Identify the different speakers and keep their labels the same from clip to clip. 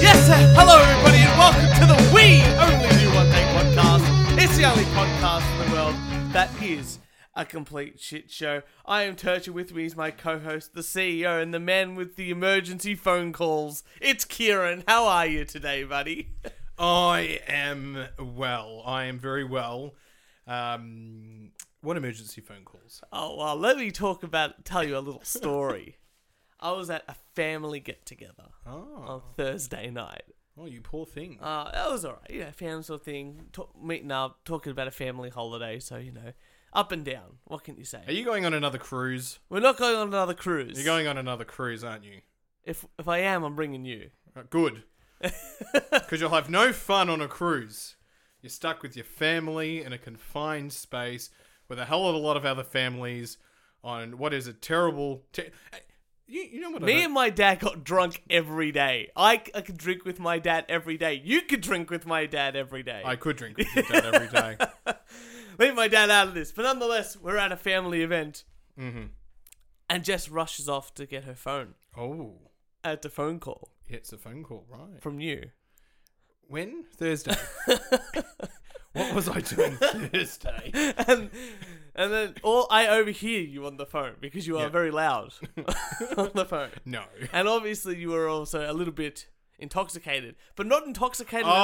Speaker 1: Yes, uh, hello everybody, and welcome to the We Only Do One Thing podcast. It's the only podcast in the world that is a complete shit show. I am Turcher. With me is my co-host, the CEO, and the man with the emergency phone calls. It's Kieran. How are you today, buddy?
Speaker 2: I am well. I am very well. Um, what emergency phone calls?
Speaker 1: Oh well, let me talk about tell you a little story. I was at a family get together
Speaker 2: Oh,
Speaker 1: on Thursday night.
Speaker 2: oh, you poor thing.
Speaker 1: Uh, that was alright. You know, family sort of thing. Talk, meeting up, talking about a family holiday. So you know, up and down. What can you say?
Speaker 2: Are you going on another cruise?
Speaker 1: We're not going on another cruise.
Speaker 2: You're going on another cruise, aren't you?
Speaker 1: If if I am, I'm bringing you.
Speaker 2: Uh, Good. Because you'll have no fun on a cruise. You're stuck with your family in a confined space with a hell of a lot of other families on what is a terrible. Te- Uh, you, you know what I
Speaker 1: Me
Speaker 2: don't-
Speaker 1: and my dad got drunk every day. I, c- I could drink with my dad every day. You could drink with my dad every day.
Speaker 2: I could drink with your dad every day.
Speaker 1: Leave my dad out of this. But nonetheless, we're at a family event. Mm-hmm. And Jess rushes off to get her phone.
Speaker 2: Oh,
Speaker 1: At the phone call
Speaker 2: it's a phone call, right?
Speaker 1: from you.
Speaker 2: When? Thursday. what was I doing Thursday?
Speaker 1: and and then all I overhear you on the phone because you are
Speaker 2: Yeah.
Speaker 1: very loud on the phone.
Speaker 2: No.
Speaker 1: And obviously you were also a little bit intoxicated, but not intoxicated enough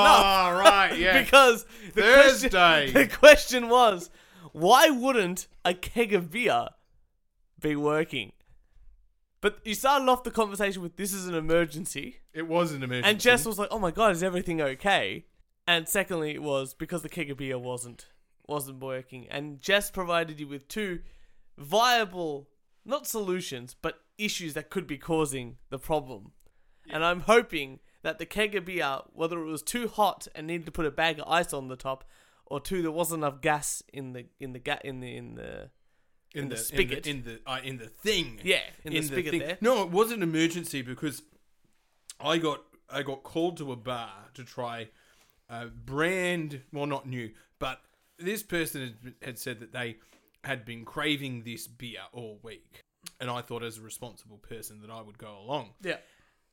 Speaker 2: Oh, right, yeah.
Speaker 1: because the
Speaker 2: Thursday.
Speaker 1: Question, the question was, why wouldn't a keg of beer be working? But you started off the conversation with this is an emergency.
Speaker 2: it was an emergency.
Speaker 1: And Jess was like, "Oh my god, is everything okay?" And secondly, it was because the Kegabia wasn't wasn't working, and Jess provided you with two viable, not solutions, but issues that could be causing the problem. And I'm hoping that the Kegabia, whether it was too hot and needed to put a bag of ice on the top, or two, there wasn't enough gas in the in the ga- in the in the
Speaker 2: in,
Speaker 1: the
Speaker 2: the,
Speaker 1: spigot.
Speaker 2: In the, in the, uh, in the thing.
Speaker 1: yeah in, the spigot
Speaker 2: thing.
Speaker 1: there.
Speaker 2: No, it was an emergency because I got I got called to a bar to try a brand, well, not new, but this person had, had said that they had been craving this beer all week. And I thought, as a responsible person, that I would go along.
Speaker 1: Yeah.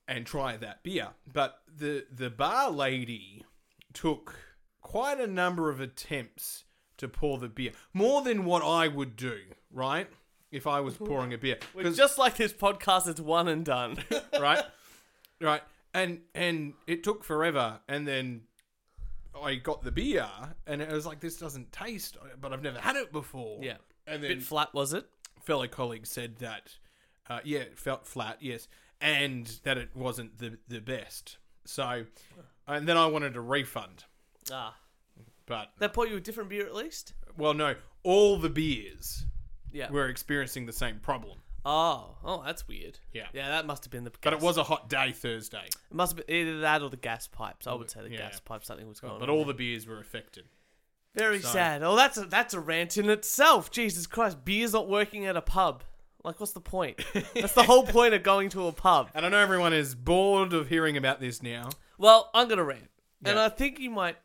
Speaker 2: and try that beer. But the the bar lady took quite a number of attempts to pour the beer, more than what I would do, right? If I was pouring a beer,
Speaker 1: But
Speaker 2: 'Cause-
Speaker 1: just like this podcast, it's one and done.
Speaker 2: right, right, and and it took forever, and then I got the beer, and it was like this doesn't taste, but I've never had it before.
Speaker 1: Yeah.
Speaker 2: and then
Speaker 1: Bit flat, was it?
Speaker 2: fellow colleague said that, uh, yeah, it felt flat, yes, and that it wasn't the, the best. So, and then I wanted a refund,
Speaker 1: Ah.
Speaker 2: but
Speaker 1: They pour you a different beer at least?
Speaker 2: well, no, all the beers
Speaker 1: Yeah.
Speaker 2: were experiencing the same problem.
Speaker 1: oh, oh, that's weird.
Speaker 2: Yeah.
Speaker 1: Yeah, that must have been the.
Speaker 2: But it was a hot day Thursday,
Speaker 1: It must have been either that or the gas pipes. I would say the
Speaker 2: Yeah.
Speaker 1: gas pipes. Something was going on.
Speaker 2: but all the beers were affected.
Speaker 1: Very sad. Oh, that's a, that's a rant in itself. Jesus Christ, beer's not working at a pub. Like, what's the point? that's the whole point of going to a pub.
Speaker 2: And I know everyone is bored of hearing about this now.
Speaker 1: Well, I'm gonna rant, and
Speaker 2: Yeah.
Speaker 1: I think you might.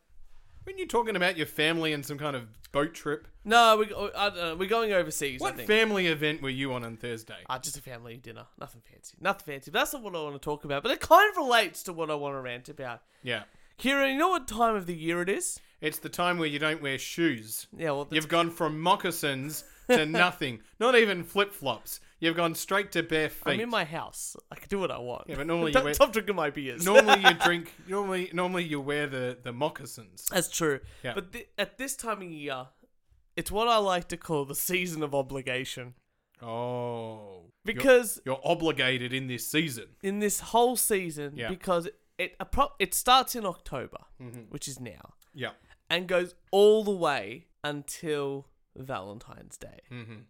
Speaker 2: When you're talking about your family and some kind of boat trip,
Speaker 1: No, we oh, I don't know. we're going overseas. I
Speaker 2: what
Speaker 1: think.
Speaker 2: family event were you on on Thursday?
Speaker 1: Ah, just a family dinner. Nothing fancy. Nothing fancy. But that's not what I want to talk about. But it kind of relates to what I want to rant about.
Speaker 2: Yeah,
Speaker 1: Kieran, you know what time of the year it is?
Speaker 2: it's the time where you don't wear shoes.
Speaker 1: Yeah, well, that's
Speaker 2: You've gone from moccasins to nothing. Not even flip flops. You've gone straight to bare feet.
Speaker 1: I'm in my house. I can do what I want.
Speaker 2: Yeah, but normally you
Speaker 1: Don't-
Speaker 2: wear-
Speaker 1: stop drinking my beers.
Speaker 2: normally you drink. Normally, normally you wear the the moccasins.
Speaker 1: That's true.
Speaker 2: Yeah.
Speaker 1: But th- at this time of year, it's what I like to call the season of obligation.
Speaker 2: Oh, You're-
Speaker 1: Because
Speaker 2: you're, obligated in this season.
Speaker 1: in this whole season,
Speaker 2: Yeah. Mm-hmm.
Speaker 1: because it a pro- it starts in October, which is now,
Speaker 2: Yeah,
Speaker 1: and goes all the way until Valentine's Day. Mm-hmm.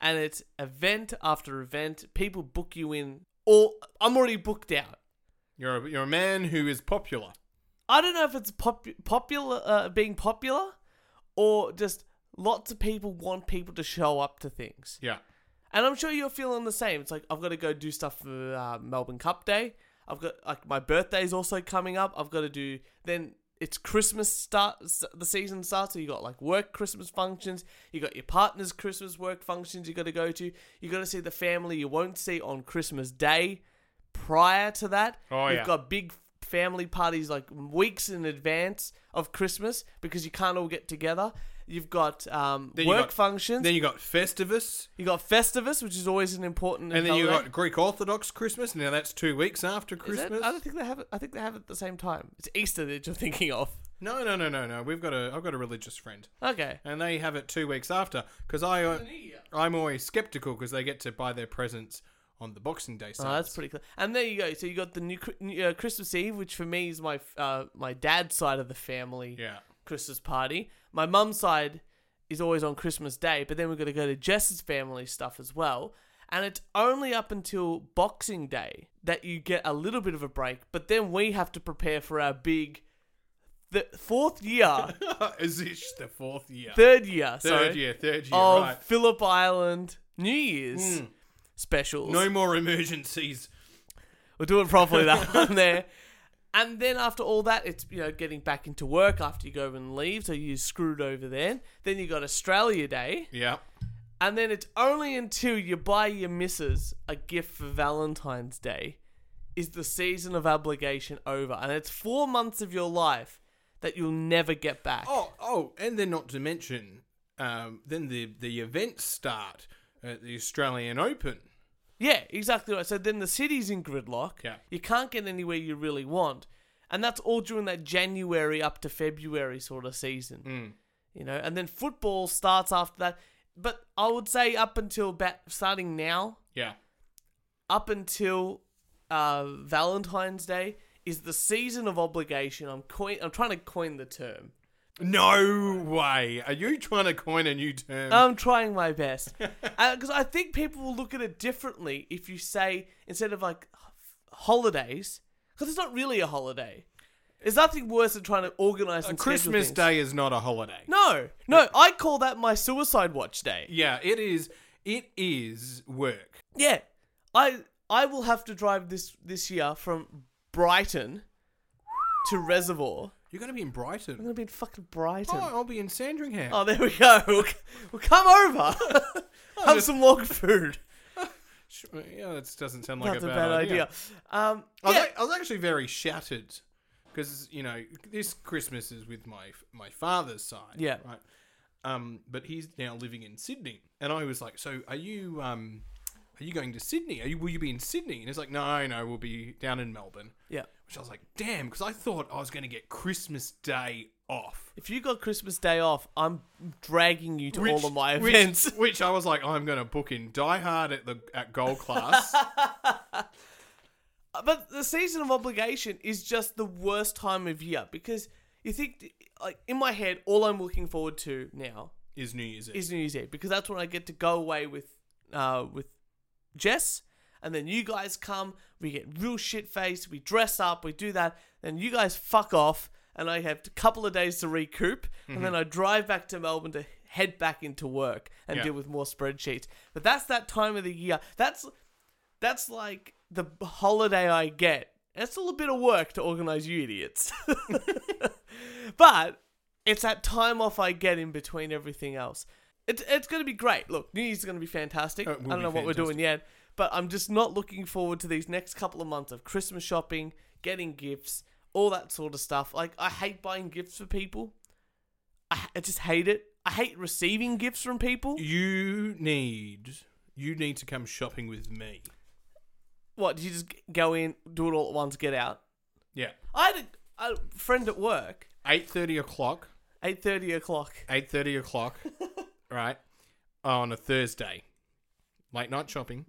Speaker 1: And it's event after event. People book you in. Or I'm already booked out.
Speaker 2: you're a, you're a man who is popular.
Speaker 1: I don't know if it's pop- popular, uh, being popular, or just lots of people want people to show up to things.
Speaker 2: Yeah,
Speaker 1: And I'm sure you're feeling the same. It's like I've got to go do stuff for uh, Melbourne Cup Day. I've got like my birthday's also coming up. I've got to do then. It's Christmas start. s- The season starts. So you got like work Christmas functions. You got your partner's Christmas work functions. You got to go to. You got to see the family you won't see on Christmas Day. Prior to that,
Speaker 2: Oh,
Speaker 1: you've
Speaker 2: yeah.
Speaker 1: got big f- family parties like weeks in advance of Christmas because you can't all get together. You've got um,
Speaker 2: Then you
Speaker 1: work
Speaker 2: got-
Speaker 1: functions.
Speaker 2: Then you got Festivus,
Speaker 1: you got Festivus, which is always an important.
Speaker 2: and then you
Speaker 1: holiday.
Speaker 2: got Greek Orthodox Christmas. Now that's two weeks after
Speaker 1: Is it?
Speaker 2: Christmas.
Speaker 1: I don't think they have it. I think they have it at the same time. It's Easter that you're thinking of.
Speaker 2: No, no, no, no, no. We've got a I've got a religious friend,
Speaker 1: Okay.
Speaker 2: and they have it two weeks after because I uh, I'm always skeptical because they get to buy their presents on the Boxing Day sales.
Speaker 1: Oh, that's pretty cool. And there you go. So you got the new, Chri- new uh, Christmas Eve, which for me is my f- uh, my dad's side of the family
Speaker 2: yeah.
Speaker 1: Christmas party. My mum's side is always on Christmas Day, but then we've got to go to Jess's family stuff as well. And it's only up until Boxing Day that you get a little bit of a break, but then we have to prepare for our big the fourth year,
Speaker 2: Is this the fourth year?
Speaker 1: third year, sorry,
Speaker 2: Third year, third year,
Speaker 1: of
Speaker 2: right. Hmm.
Speaker 1: Phillip Island New Year's specials.
Speaker 2: No more emergencies.
Speaker 1: We'll do it properly that one there. And then after all that, it's you know getting back into work after you go and leave, so you're screwed over then. Then you got Australia Day,
Speaker 2: Yeah.
Speaker 1: and then it's only until you buy your missus a gift for Valentine's Day is the season of obligation over, and it's four months of your life that you'll never get back.
Speaker 2: Oh, oh, and then not to mention, um, then the the events start at the Australian Open.
Speaker 1: Yeah, exactly right. So then the city's in gridlock.
Speaker 2: Yeah.
Speaker 1: You can't get anywhere you really want. And that's all during that January up to February sort of season. You know, and then football starts after that. But I would say up until about starting now,
Speaker 2: Yeah.
Speaker 1: up until uh, Valentine's Day is the season of obligation. I'm coin- I'm trying to coin the term.
Speaker 2: No way. Are you trying to coin a new term?
Speaker 1: I'm trying my best because I think people will look at it differently if you say instead of like h- holidays because it's not really a holiday. There's nothing worse than trying to organise and schedule
Speaker 2: Christmas
Speaker 1: things.
Speaker 2: Day is not a holiday.
Speaker 1: No, no, I call that my suicide watch day.
Speaker 2: Yeah, it is. It is work.
Speaker 1: Yeah, I I will have to drive this this year from Brighton to Reservoir.
Speaker 2: You're going to be in
Speaker 1: I'm
Speaker 2: Brighton.
Speaker 1: gonna be in fucking Brighton.
Speaker 2: Oh,
Speaker 1: Oh,
Speaker 2: I'll be in Sandringham.
Speaker 1: there we go. We'll, c- we'll come over. have some log food.
Speaker 2: Sh- Yeah, that doesn't sound like
Speaker 1: That's
Speaker 2: a bad, idea.
Speaker 1: Um,
Speaker 2: I, was
Speaker 1: yeah.
Speaker 2: ac- I was actually very shattered because you know this Christmas is with my f- my father's side.
Speaker 1: Yeah.
Speaker 2: Right. Um, but he's now living in Sydney, and I was like, "So are you um, are you going to Sydney? Are you will you be in Sydney?" And he's like, "No, no, we'll be down in Melbourne."
Speaker 1: yeah.
Speaker 2: Which I was like, "Damn," because I thought I was going to get Christmas Day off.
Speaker 1: If you got Christmas Day off, I'm dragging you to
Speaker 2: Which-
Speaker 1: all of my
Speaker 2: which-
Speaker 1: events.
Speaker 2: Which, I was like, I'm going to book in Die Hard at the at Gold Class.
Speaker 1: but the season of obligation is just the worst time of year because you think, like, in my head, all I'm looking forward to now
Speaker 2: is New Year's Eve.
Speaker 1: is New Year's Eve because that's when I get to go away with, uh, with Jess, and then you guys come. We get real shit faced. We dress up. We do that. Then you guys fuck off, and I have a couple of days to recoup, and then I drive back to Melbourne to head back into work and
Speaker 2: Yeah.
Speaker 1: deal with more spreadsheets. But that's that time of the year. That's that's like the holiday I get. It's a little bit of work to organise you idiots. but it's that time off I get in between everything else. It's it's going to be great. Look, New Year's is going to be fantastic.
Speaker 2: Oh,
Speaker 1: I
Speaker 2: it
Speaker 1: don't
Speaker 2: will
Speaker 1: know
Speaker 2: be
Speaker 1: what we're
Speaker 2: fantastic.
Speaker 1: doing yet, but I'm just not looking forward to these next couple of months of Christmas shopping, getting gifts, all that sort of stuff. Like I hate buying gifts for people. I, I just hate it. I hate receiving gifts from people.
Speaker 2: You need you need to come shopping with me.
Speaker 1: What? You just g- go in, do it all at once, get out.
Speaker 2: Yeah.
Speaker 1: I had a, a friend at work,
Speaker 2: Eight thirty o'clock.
Speaker 1: eight thirty o'clock.
Speaker 2: Eight thirty o'clock. right. On a Thursday. Late night shopping.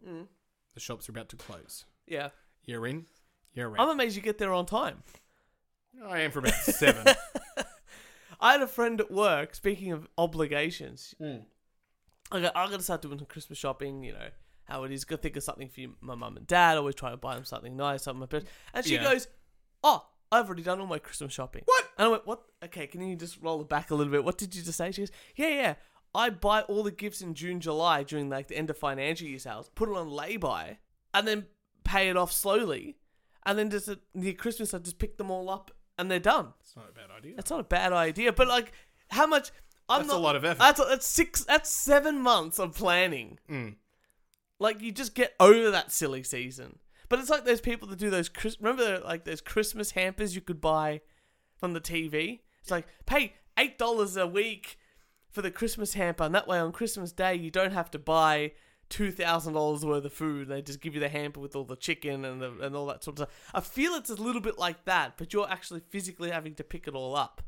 Speaker 2: The shops are about to close.
Speaker 1: Yeah,
Speaker 2: You're in. You're
Speaker 1: I'm
Speaker 2: out.
Speaker 1: amazed you get there on time.
Speaker 2: I am for about seven.
Speaker 1: I had a friend at work. Speaking of obligations,
Speaker 2: Hmm.
Speaker 1: I got, I got to start doing some Christmas shopping. You know how it is. Got to think of something for you, my mum and dad. Always try to buy them something nice, something my best. And she
Speaker 2: Yeah.
Speaker 1: goes, "Oh, I've already done all my Christmas shopping."
Speaker 2: What?
Speaker 1: And I went, "What? Okay, can you just roll it back a little bit? What did you just say?" She goes, "Yeah, yeah." I buy all the gifts in June, July during like the end of financial year sales, put it on lay by, and then pay it off slowly, and then just at near Christmas I just pick them all up and they're done.
Speaker 2: It's not a bad idea.
Speaker 1: That's not a bad idea, but like, how much? I'm
Speaker 2: That's a
Speaker 1: not,
Speaker 2: lot of effort.
Speaker 1: That's, that's six. That's
Speaker 2: Mm.
Speaker 1: seven months of planning. Like, you just get over that silly season. But it's like those people that do those. Chris- Remember, like those Christmas hampers you could buy from the TV. It's like pay eight dollars a week for the Christmas hamper, and that way on Christmas Day you don't have to buy two thousand dollars worth of food. They just give you the hamper with all the chicken and the, and all that sort of stuff. I feel it's a little bit like that, but you're actually physically having to pick it all up.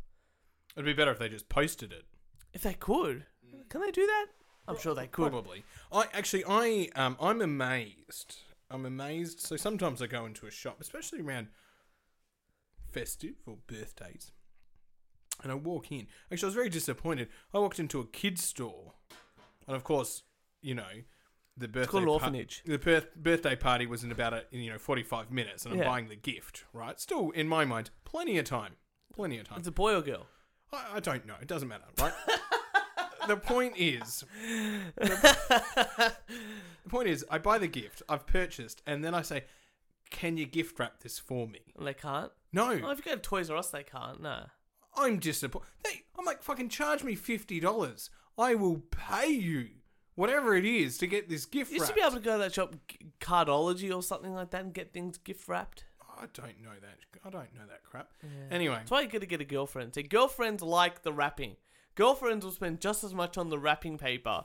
Speaker 2: It'd be better if they just posted it.
Speaker 1: If they could, can they do that? I'm sure they could.
Speaker 2: Probably. I actually, I, um, I'm amazed. I'm amazed. So sometimes I go into a shop, especially around festive or birthdays, and I walk in. Actually, I was very disappointed. I walked into a kids store, and of course, you know, the birthday
Speaker 1: called an
Speaker 2: par-
Speaker 1: orphanage.
Speaker 2: the birth- birthday party was in about a, you know 45 minutes, and I'm
Speaker 1: Yeah.
Speaker 2: buying the gift. Right, still in my mind, plenty of time. Plenty of time.
Speaker 1: It's a boy or girl.
Speaker 2: I, I don't know. It doesn't matter, right? the point is, the, the point is, I buy the gift I've purchased, and then I say, "Can you gift wrap this for me?"
Speaker 1: And they can't. Oh,
Speaker 2: No,
Speaker 1: if you go to Toys R Us, they can't. No.
Speaker 2: I'm disappointed. They, I'm like, fucking charge me fifty dollars. I will pay you whatever it is to get this gift
Speaker 1: You used
Speaker 2: wrapped.
Speaker 1: to be able to go to that shop, G- Cardology or something like that, and get things gift wrapped.
Speaker 2: I don't know that. I don't know that crap. Anyway,
Speaker 1: That's why you gotta get a girlfriend. See, girlfriends like the wrapping. Girlfriends will spend just as much on the wrapping paper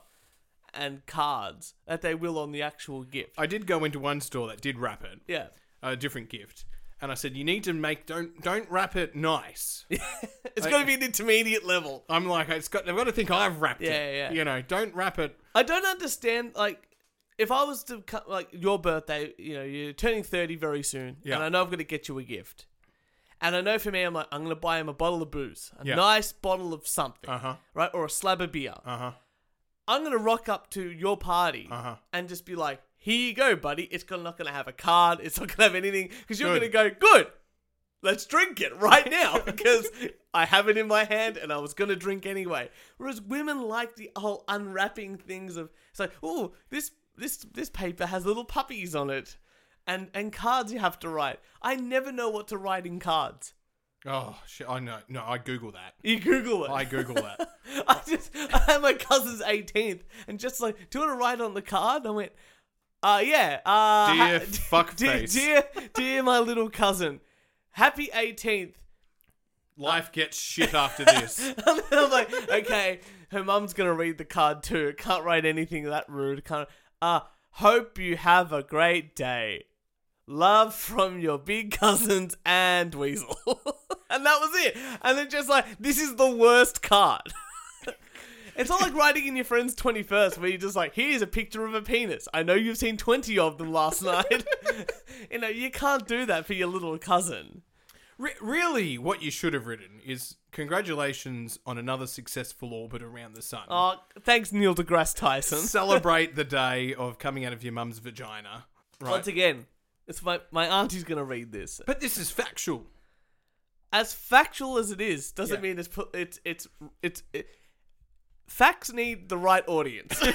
Speaker 1: and cards that they will on the actual gift.
Speaker 2: I did go into one store that did wrap it,
Speaker 1: Yeah.
Speaker 2: a different gift, and I said, "You need to make don't don't wrap it nice."
Speaker 1: It's gotta be an intermediate level.
Speaker 2: I'm like, it's got. They've got to think I've wrapped
Speaker 1: Yeah,
Speaker 2: it.
Speaker 1: yeah, yeah.
Speaker 2: You know, don't wrap it.
Speaker 1: I don't understand, like, if I was to, cut, like, your birthday, you know, you're turning 30 very soon,
Speaker 2: Yeah.
Speaker 1: and I know I'm gonna get you a gift. And I know for me, I'm like, I'm gonna buy him a bottle of booze, a
Speaker 2: Yeah.
Speaker 1: nice bottle of something,
Speaker 2: Uh-huh.
Speaker 1: right? Or a slab of beer.
Speaker 2: Uh huh.
Speaker 1: I'm gonna rock up to your party
Speaker 2: Uh-huh.
Speaker 1: and just be like, "Here you go, buddy. It's gonna- not gonna have a card. It's not gonna have anything because you're
Speaker 2: Good.
Speaker 1: gonna go good. Let's drink it right now because I have it in my hand and I was gonna drink anyway." Whereas women like the whole unwrapping things of it's like, "Oh, this this this paper has little puppies on it." And, and cards you have to write. I never know what to write in cards.
Speaker 2: Oh shit! I know. No, I Google that.
Speaker 1: You Google it.
Speaker 2: I Google that.
Speaker 1: I just I had my cousin's 18th and just like, do you want to write on the card? I went, uh, yeah. Uh,
Speaker 2: Dear
Speaker 1: ha- dear,
Speaker 2: fuckface.
Speaker 1: dear, dear, my little cousin, happy 18th.
Speaker 2: Life gets shit after this.
Speaker 1: And then I'm like, okay, her mum's gonna read the card too. Can't write anything that rude. Can't. Uh, hope you have a great day. Love from your big cousins and Weasel. and that was it. And then just like, this is the worst card. It's not like writing in your friend's 21st where you're just like, here's a picture of a penis. I know you've seen 20 of them last night. you know, you can't do that for your little cousin.
Speaker 2: Re- really, what you should have written is congratulations on another successful orbit around the sun.
Speaker 1: Oh, thanks, Neil deGrasse Tyson.
Speaker 2: Celebrate the day of coming out of your mum's vagina. Right.
Speaker 1: Once again, it's my my auntie's gonna read this.
Speaker 2: but this is factual.
Speaker 1: As factual as it is, doesn't
Speaker 2: Yeah.
Speaker 1: mean it's put it's it's it's it, facts need the right audience. And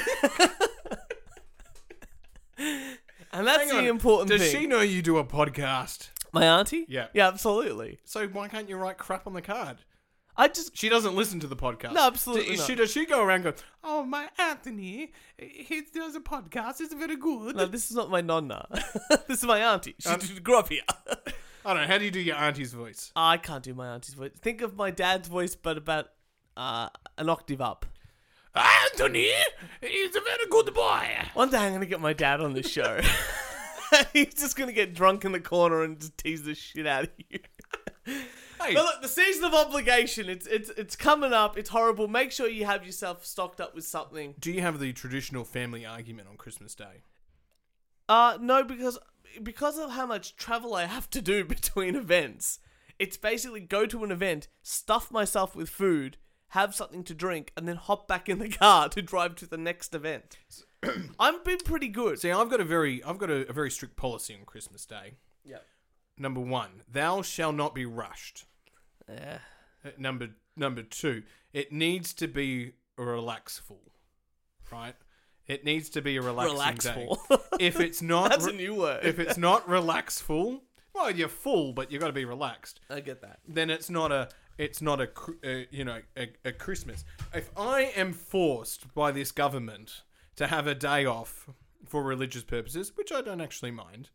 Speaker 1: that's
Speaker 2: Hang
Speaker 1: the
Speaker 2: on,
Speaker 1: important
Speaker 2: Does
Speaker 1: thing.
Speaker 2: she know you do a podcast?
Speaker 1: My auntie?
Speaker 2: Yeah.
Speaker 1: Yeah, absolutely.
Speaker 2: So why can't you write crap on the card?
Speaker 1: I just
Speaker 2: She doesn't listen to the podcast.
Speaker 1: No, absolutely
Speaker 2: Does she,
Speaker 1: not.
Speaker 2: does she go around going, "Oh, my Anthony, he does a podcast. It's very good."
Speaker 1: no, this is not my nonna. this is my auntie. She
Speaker 2: Um,
Speaker 1: grew up here.
Speaker 2: I don't know. How do you do your auntie's voice?
Speaker 1: I can't do my auntie's voice. Think of my dad's voice, but about uh, an octave up.
Speaker 2: Anthony, he's a very good boy.
Speaker 1: One day I'm gonna get my dad on this show. He's just gonna get drunk in the corner and just tease the shit out of you.
Speaker 2: Hey,
Speaker 1: But look, the season of obligation, it's it's it's coming up, it's horrible. Make sure you have yourself stocked up with something.
Speaker 2: do you have the traditional family argument on Christmas Day?
Speaker 1: Uh no, because because of how much travel I have to do between events, it's basically go to an event, stuff myself with food, have something to drink, and then hop back in the car to drive to the next event. I've been pretty good.
Speaker 2: See, I've got a very, I've got a, a very strict policy on Christmas Day.
Speaker 1: Yep.
Speaker 2: Number one, thou shall not be rushed.
Speaker 1: Yeah.
Speaker 2: Uh, Number number two, it needs to be relaxful, right? It needs to be a relaxing day.
Speaker 1: Relaxful.
Speaker 2: If it's not,
Speaker 1: That's
Speaker 2: re-
Speaker 1: a new word.
Speaker 2: if it's not relaxful, well, you're full, but you've got to be relaxed.
Speaker 1: I get that.
Speaker 2: Then it's not a, it's not a, cr- uh, you know, a, a Christmas. If I am forced by this government to have a day off for religious purposes, which I don't actually mind,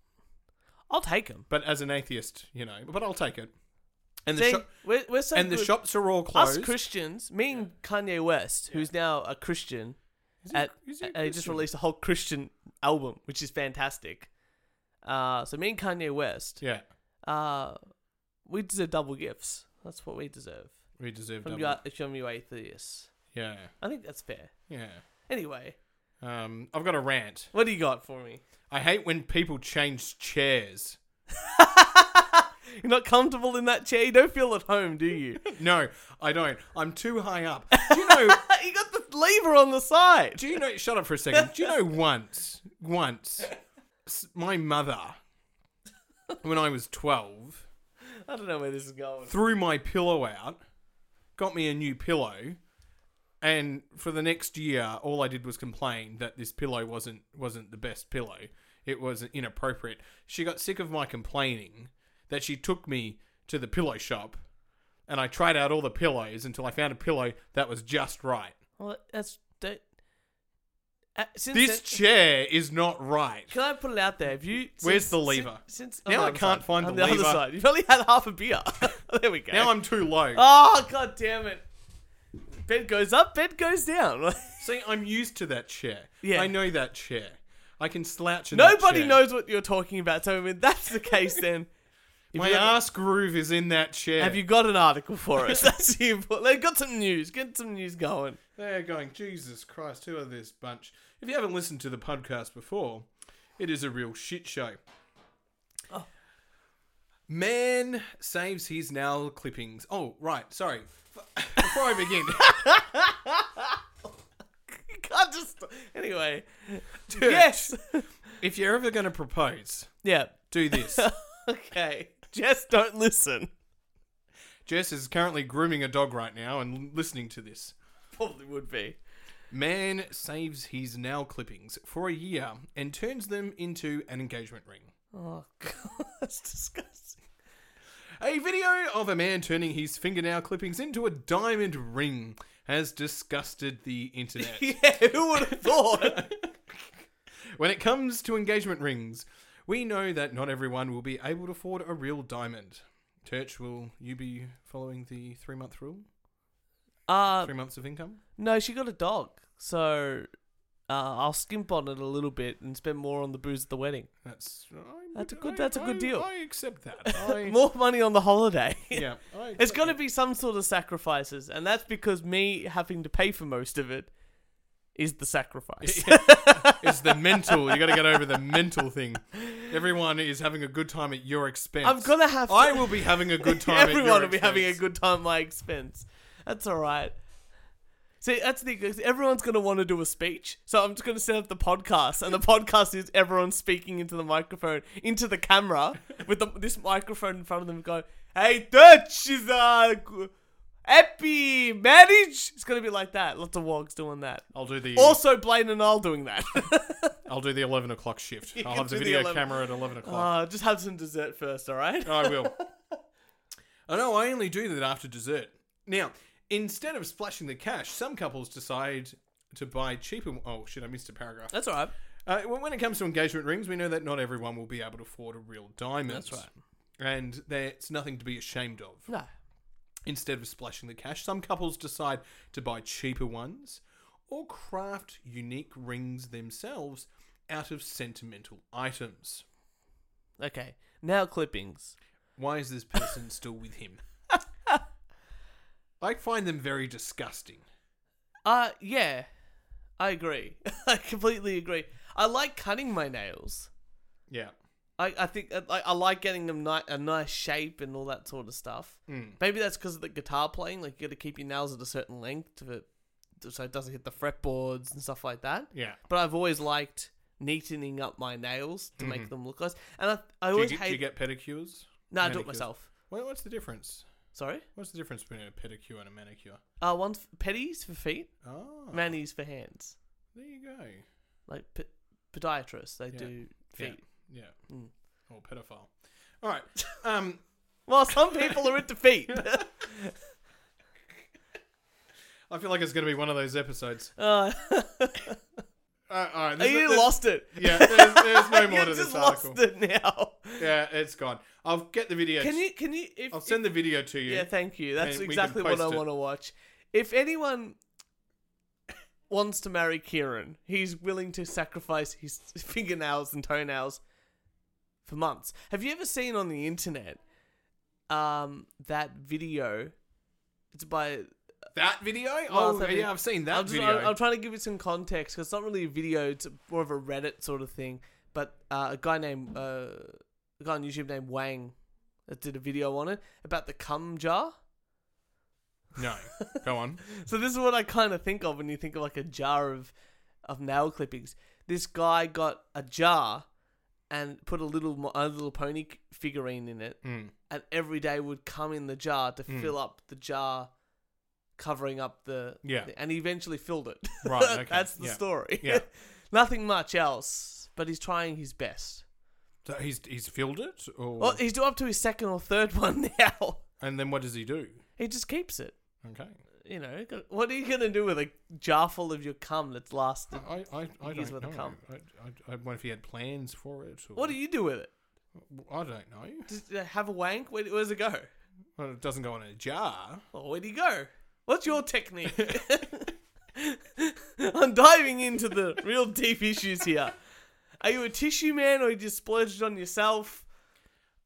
Speaker 1: I'll take them.
Speaker 2: But as an atheist, you know, but I'll take it. And the
Speaker 1: See,
Speaker 2: shop
Speaker 1: we're, we're so
Speaker 2: and the
Speaker 1: good.
Speaker 2: shops are all
Speaker 1: Us
Speaker 2: closed.
Speaker 1: Christians, me and Kanye West, who's now a Christian,
Speaker 2: Is he-
Speaker 1: at,
Speaker 2: is he a
Speaker 1: uh, he just
Speaker 2: Christian?
Speaker 1: released a whole Christian album, which is fantastic. Uh, so me and Kanye West,
Speaker 2: yeah,
Speaker 1: uh, we deserve double gifts. That's what we deserve
Speaker 2: we deserve
Speaker 1: from
Speaker 2: double.
Speaker 1: you, from you atheists.
Speaker 2: yeah,
Speaker 1: I think that's fair.
Speaker 2: yeah.
Speaker 1: Anyway,
Speaker 2: Um, I've got a rant.
Speaker 1: what do you got for me?
Speaker 2: I hate when people change chairs.
Speaker 1: You're not comfortable in that chair. You don't feel at home, do you?
Speaker 2: No, I don't. I'm too high up. Do you know?
Speaker 1: you got the lever on the side.
Speaker 2: do you know? Shut up for a second. Do you know? Once, once, s- my mother, when I was twelve,
Speaker 1: I don't know where this is going.
Speaker 2: threw my pillow out, got me a new pillow, and for the next year, all I did was complain that this pillow wasn't wasn't the best pillow. It was inappropriate. She got sick of my complaining that she took me to the pillow shop, and I tried out all the pillows until I found a pillow that was just right.
Speaker 1: Well, that's that. Uh, since
Speaker 2: This
Speaker 1: then-
Speaker 2: chair is not right.
Speaker 1: Can I put it out there? Have you?
Speaker 2: Where's
Speaker 1: since-
Speaker 2: the lever?
Speaker 1: Since, since,
Speaker 2: Now
Speaker 1: on the
Speaker 2: I
Speaker 1: other
Speaker 2: can't
Speaker 1: side.
Speaker 2: find
Speaker 1: on
Speaker 2: the
Speaker 1: other
Speaker 2: lever.
Speaker 1: side. You've only had half a beer. there we go.
Speaker 2: Now I'm too low.
Speaker 1: oh god damn it! Bed goes up, bed goes down.
Speaker 2: See, I'm used to that chair.
Speaker 1: Yeah.
Speaker 2: I know that chair. I can slouch in that
Speaker 1: Nobody
Speaker 2: chair.
Speaker 1: knows what you're talking about. So if that's the case, then if
Speaker 2: My
Speaker 1: you have-
Speaker 2: ass groove is in that chair.
Speaker 1: Have you got an article for us? That's the important. They've got some news. Get some news going.
Speaker 2: They're going, Jesus Christ, who are this bunch? If you haven't listened to the podcast before, it is a real shit show.
Speaker 1: Oh.
Speaker 2: Man saves his nail clippings. Oh, right, sorry. F- Before I begin,
Speaker 1: You can't just. Anyway.
Speaker 2: Dude.
Speaker 1: Yes.
Speaker 2: if you're ever going to propose,
Speaker 1: yeah.
Speaker 2: do this.
Speaker 1: Okay. Just don't listen.
Speaker 2: Jess is currently grooming a dog right now and listening to this.
Speaker 1: Probably would be.
Speaker 2: Man saves his nail clippings for a year and turns them into an engagement ring.
Speaker 1: Oh god, that's disgusting.
Speaker 2: A video of a man turning his fingernail clippings into a diamond ring has disgusted the internet.
Speaker 1: Yeah, who would have thought?
Speaker 2: when it comes to engagement rings, we know that not everyone will be able to afford a real diamond. Church, will you be following the three month rule?
Speaker 1: Uh,
Speaker 2: Three months of income?
Speaker 1: no, she got a dog, so uh, I'll skimp on it a little bit and spend more on the booze at the wedding.
Speaker 2: That's I
Speaker 1: That's a
Speaker 2: would-
Speaker 1: good-
Speaker 2: I-
Speaker 1: that's a good
Speaker 2: I-
Speaker 1: deal.
Speaker 2: I accept that. I,
Speaker 1: More money on the holiday.
Speaker 2: yeah, I accept
Speaker 1: It's got to
Speaker 2: that.
Speaker 1: be some sort of sacrifices, and that's because me having to pay for most of it is the sacrifice.
Speaker 2: It's the mental. You got to get over the mental thing. Everyone is having a good time at your expense.
Speaker 1: I'm gonna have. To,
Speaker 2: I will be having a good time. at your
Speaker 1: Everyone will be having a
Speaker 2: expense.
Speaker 1: good time at my expense. That's all right. See, that's the everyone's gonna want to do a speech, so I'm just gonna set up the podcast, and the podcast is everyone speaking into the microphone, into the camera, with the, this microphone in front of them, going, "Hey, Dutch is a g- happy marriage." It's gonna be like that. Lots of wogs doing that.
Speaker 2: I'll do the
Speaker 1: Also, Blaine and I'll doing that.
Speaker 2: I'll do the eleven o'clock shift.
Speaker 1: You
Speaker 2: I'll
Speaker 1: can
Speaker 2: have the
Speaker 1: do the
Speaker 2: video
Speaker 1: 11
Speaker 2: camera at eleven o'clock.
Speaker 1: uh, just have some dessert first, all right?
Speaker 2: I will. I know. I only do that after dessert. Now, instead of splashing the cash, some couples decide to buy cheaper. Oh shit! I missed a paragraph.
Speaker 1: That's all right.
Speaker 2: Uh, when when it comes to engagement rings, we know that not everyone will be able to afford a real diamond.
Speaker 1: That's right.
Speaker 2: And that's nothing to be ashamed of.
Speaker 1: No.
Speaker 2: Instead of splashing the cash, some couples decide to buy cheaper ones or craft unique rings themselves out of sentimental items.
Speaker 1: Okay. Now clippings.
Speaker 2: Why is this person still with him? I find them very disgusting.
Speaker 1: Uh yeah. I agree. I completely agree. I like cutting my nails.
Speaker 2: Yeah.
Speaker 1: I, I think I, I like getting them ni- a nice shape and all that sort of stuff.
Speaker 2: Mm.
Speaker 1: Maybe that's because of the guitar playing. Like you got to keep your nails at a certain length to it, so it doesn't hit the fretboards and stuff like that.
Speaker 2: Yeah.
Speaker 1: But I've always liked neatening up my nails to make them look nice. And I, I
Speaker 2: Mm-hmm. Do you,
Speaker 1: always
Speaker 2: get, do
Speaker 1: hate.
Speaker 2: you get pedicures?
Speaker 1: no, I do it
Speaker 2: manicures?
Speaker 1: myself.
Speaker 2: Well, what's the difference?
Speaker 1: Sorry.
Speaker 2: What's the difference between a pedicure and a manicure?
Speaker 1: Uh, one's f- petties for feet,
Speaker 2: Oh,
Speaker 1: manis for hands.
Speaker 2: there you go.
Speaker 1: Like pe- podiatrists, they
Speaker 2: Yeah.
Speaker 1: do feet.
Speaker 2: Yeah. yeah.
Speaker 1: Mm.
Speaker 2: Or pedophile. All right. Um,
Speaker 1: Well, some people are into feet.
Speaker 2: I feel like it's going to be one of those episodes.
Speaker 1: Uh,
Speaker 2: Uh, all right,
Speaker 1: you
Speaker 2: there's-
Speaker 1: lost it.
Speaker 2: Yeah, there's, there's no more
Speaker 1: you
Speaker 2: to this
Speaker 1: just
Speaker 2: article.
Speaker 1: lost it now.
Speaker 2: Yeah, it's gone. I'll get the video.
Speaker 1: Can you? Can you? If,
Speaker 2: I'll send the video to you.
Speaker 1: Yeah, thank you. That's
Speaker 2: and we can
Speaker 1: exactly what
Speaker 2: post
Speaker 1: I
Speaker 2: it.
Speaker 1: want to watch. If anyone wants to marry Kieran, he's willing to sacrifice his fingernails and toenails for months. Have you ever seen on the internet um, that video? It's by.
Speaker 2: that video?
Speaker 1: I'll
Speaker 2: Oh,
Speaker 1: send it.
Speaker 2: yeah, I've seen that
Speaker 1: I'm, just,
Speaker 2: video.
Speaker 1: I'm, I'm trying to give it some context because it's not really a video; it's more of a Reddit sort of thing. But uh, a guy named uh, a guy on YouTube named Wang that did a video on it about the cum jar.
Speaker 2: no, go on.
Speaker 1: So this is what I kind of think of when you think of like a jar of of nail clippings. This guy got a jar and put a little mo- a little pony c- figurine in it,
Speaker 2: Mm.
Speaker 1: and every day would come in the jar to
Speaker 2: Mm.
Speaker 1: fill up the jar, covering up the
Speaker 2: Yeah.
Speaker 1: the- and he eventually filled it.
Speaker 2: Right, okay,
Speaker 1: That's the
Speaker 2: yeah.
Speaker 1: story.
Speaker 2: Yeah.
Speaker 1: Nothing much else, but he's trying his best.
Speaker 2: So he's he's filled it, or
Speaker 1: Well, he's up to his second or third one now.
Speaker 2: and then what does he do?
Speaker 1: He just keeps it.
Speaker 2: Okay,
Speaker 1: You know, what are you gonna do with a jar full of your cum that's lasted
Speaker 2: I I, I
Speaker 1: Here's
Speaker 2: don't
Speaker 1: where they
Speaker 2: know.
Speaker 1: come.
Speaker 2: I, I, I wonder if he had plans for it. Or,
Speaker 1: What do you do with it?
Speaker 2: I don't know.
Speaker 1: Just uh, have a wank? Where, where does it go?
Speaker 2: Well, it doesn't go in a jar.
Speaker 1: Or where do you go? What's your technique? I'm diving into the real deep issues here. Are you a tissue man or you just splurged on yourself?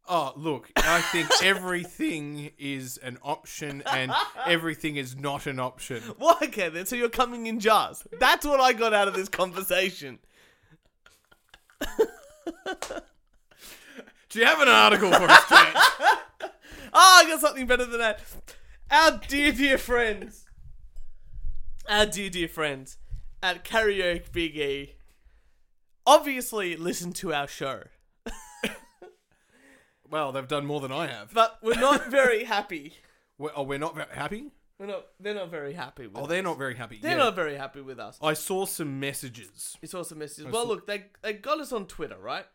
Speaker 2: Oh, look, I think everything is an option and everything is not an option.
Speaker 1: Well, okay then, so you're coming in jars. That's what I got out of this conversation.
Speaker 2: Do you have an article for us, Jack?
Speaker 1: Ah, I got something better than that. Our dear, dear friends. Our dear, dear friends at Karaoke Big E obviously listen to our show.
Speaker 2: Well, they've done more than I have.
Speaker 1: but we're not very happy.
Speaker 2: We're, oh, we're not ve- happy?
Speaker 1: We're not. They're not very happy. With
Speaker 2: Oh,
Speaker 1: us.
Speaker 2: they're not very happy.
Speaker 1: They're
Speaker 2: yeah.
Speaker 1: not very happy with us.
Speaker 2: I saw some messages.
Speaker 1: It's also messages.
Speaker 2: I
Speaker 1: Well,
Speaker 2: saw-
Speaker 1: look, they they got us on Twitter, right?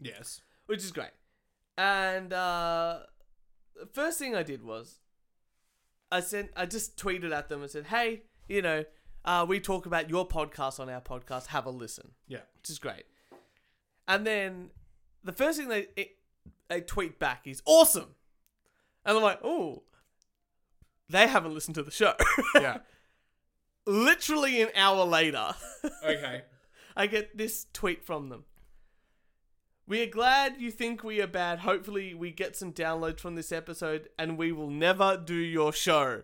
Speaker 2: Yes.
Speaker 1: Which is great. And uh, the first thing I did was, I sent. I just tweeted at them and said, "Hey, you know, uh, we talk about your podcast on our podcast. Have a listen."
Speaker 2: Yeah.
Speaker 1: which is great. And then the first thing they it, they tweet back is awesome, and I'm like, oh, they haven't listened to the show.
Speaker 2: Yeah.
Speaker 1: Literally an hour later,
Speaker 2: okay.
Speaker 1: I get this tweet from them. We are glad you think we are bad. Hopefully, we get some downloads from this episode, and we will never do your show.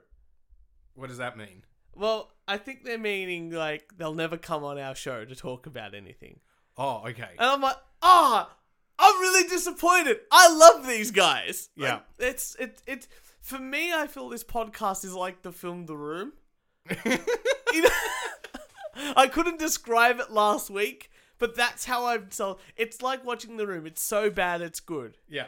Speaker 2: What does that mean?
Speaker 1: Well, I think they're meaning like they'll never come on our show to talk about anything.
Speaker 2: Oh, okay.
Speaker 1: And I'm like, ah, I'm really disappointed. I love these guys.
Speaker 2: Yeah.
Speaker 1: Like, it's it it for me. I feel this podcast is like the film The Room. You know- I couldn't describe it last week, but that's how I've so it's like watching The Room. It's so bad, it's good.
Speaker 2: yeah.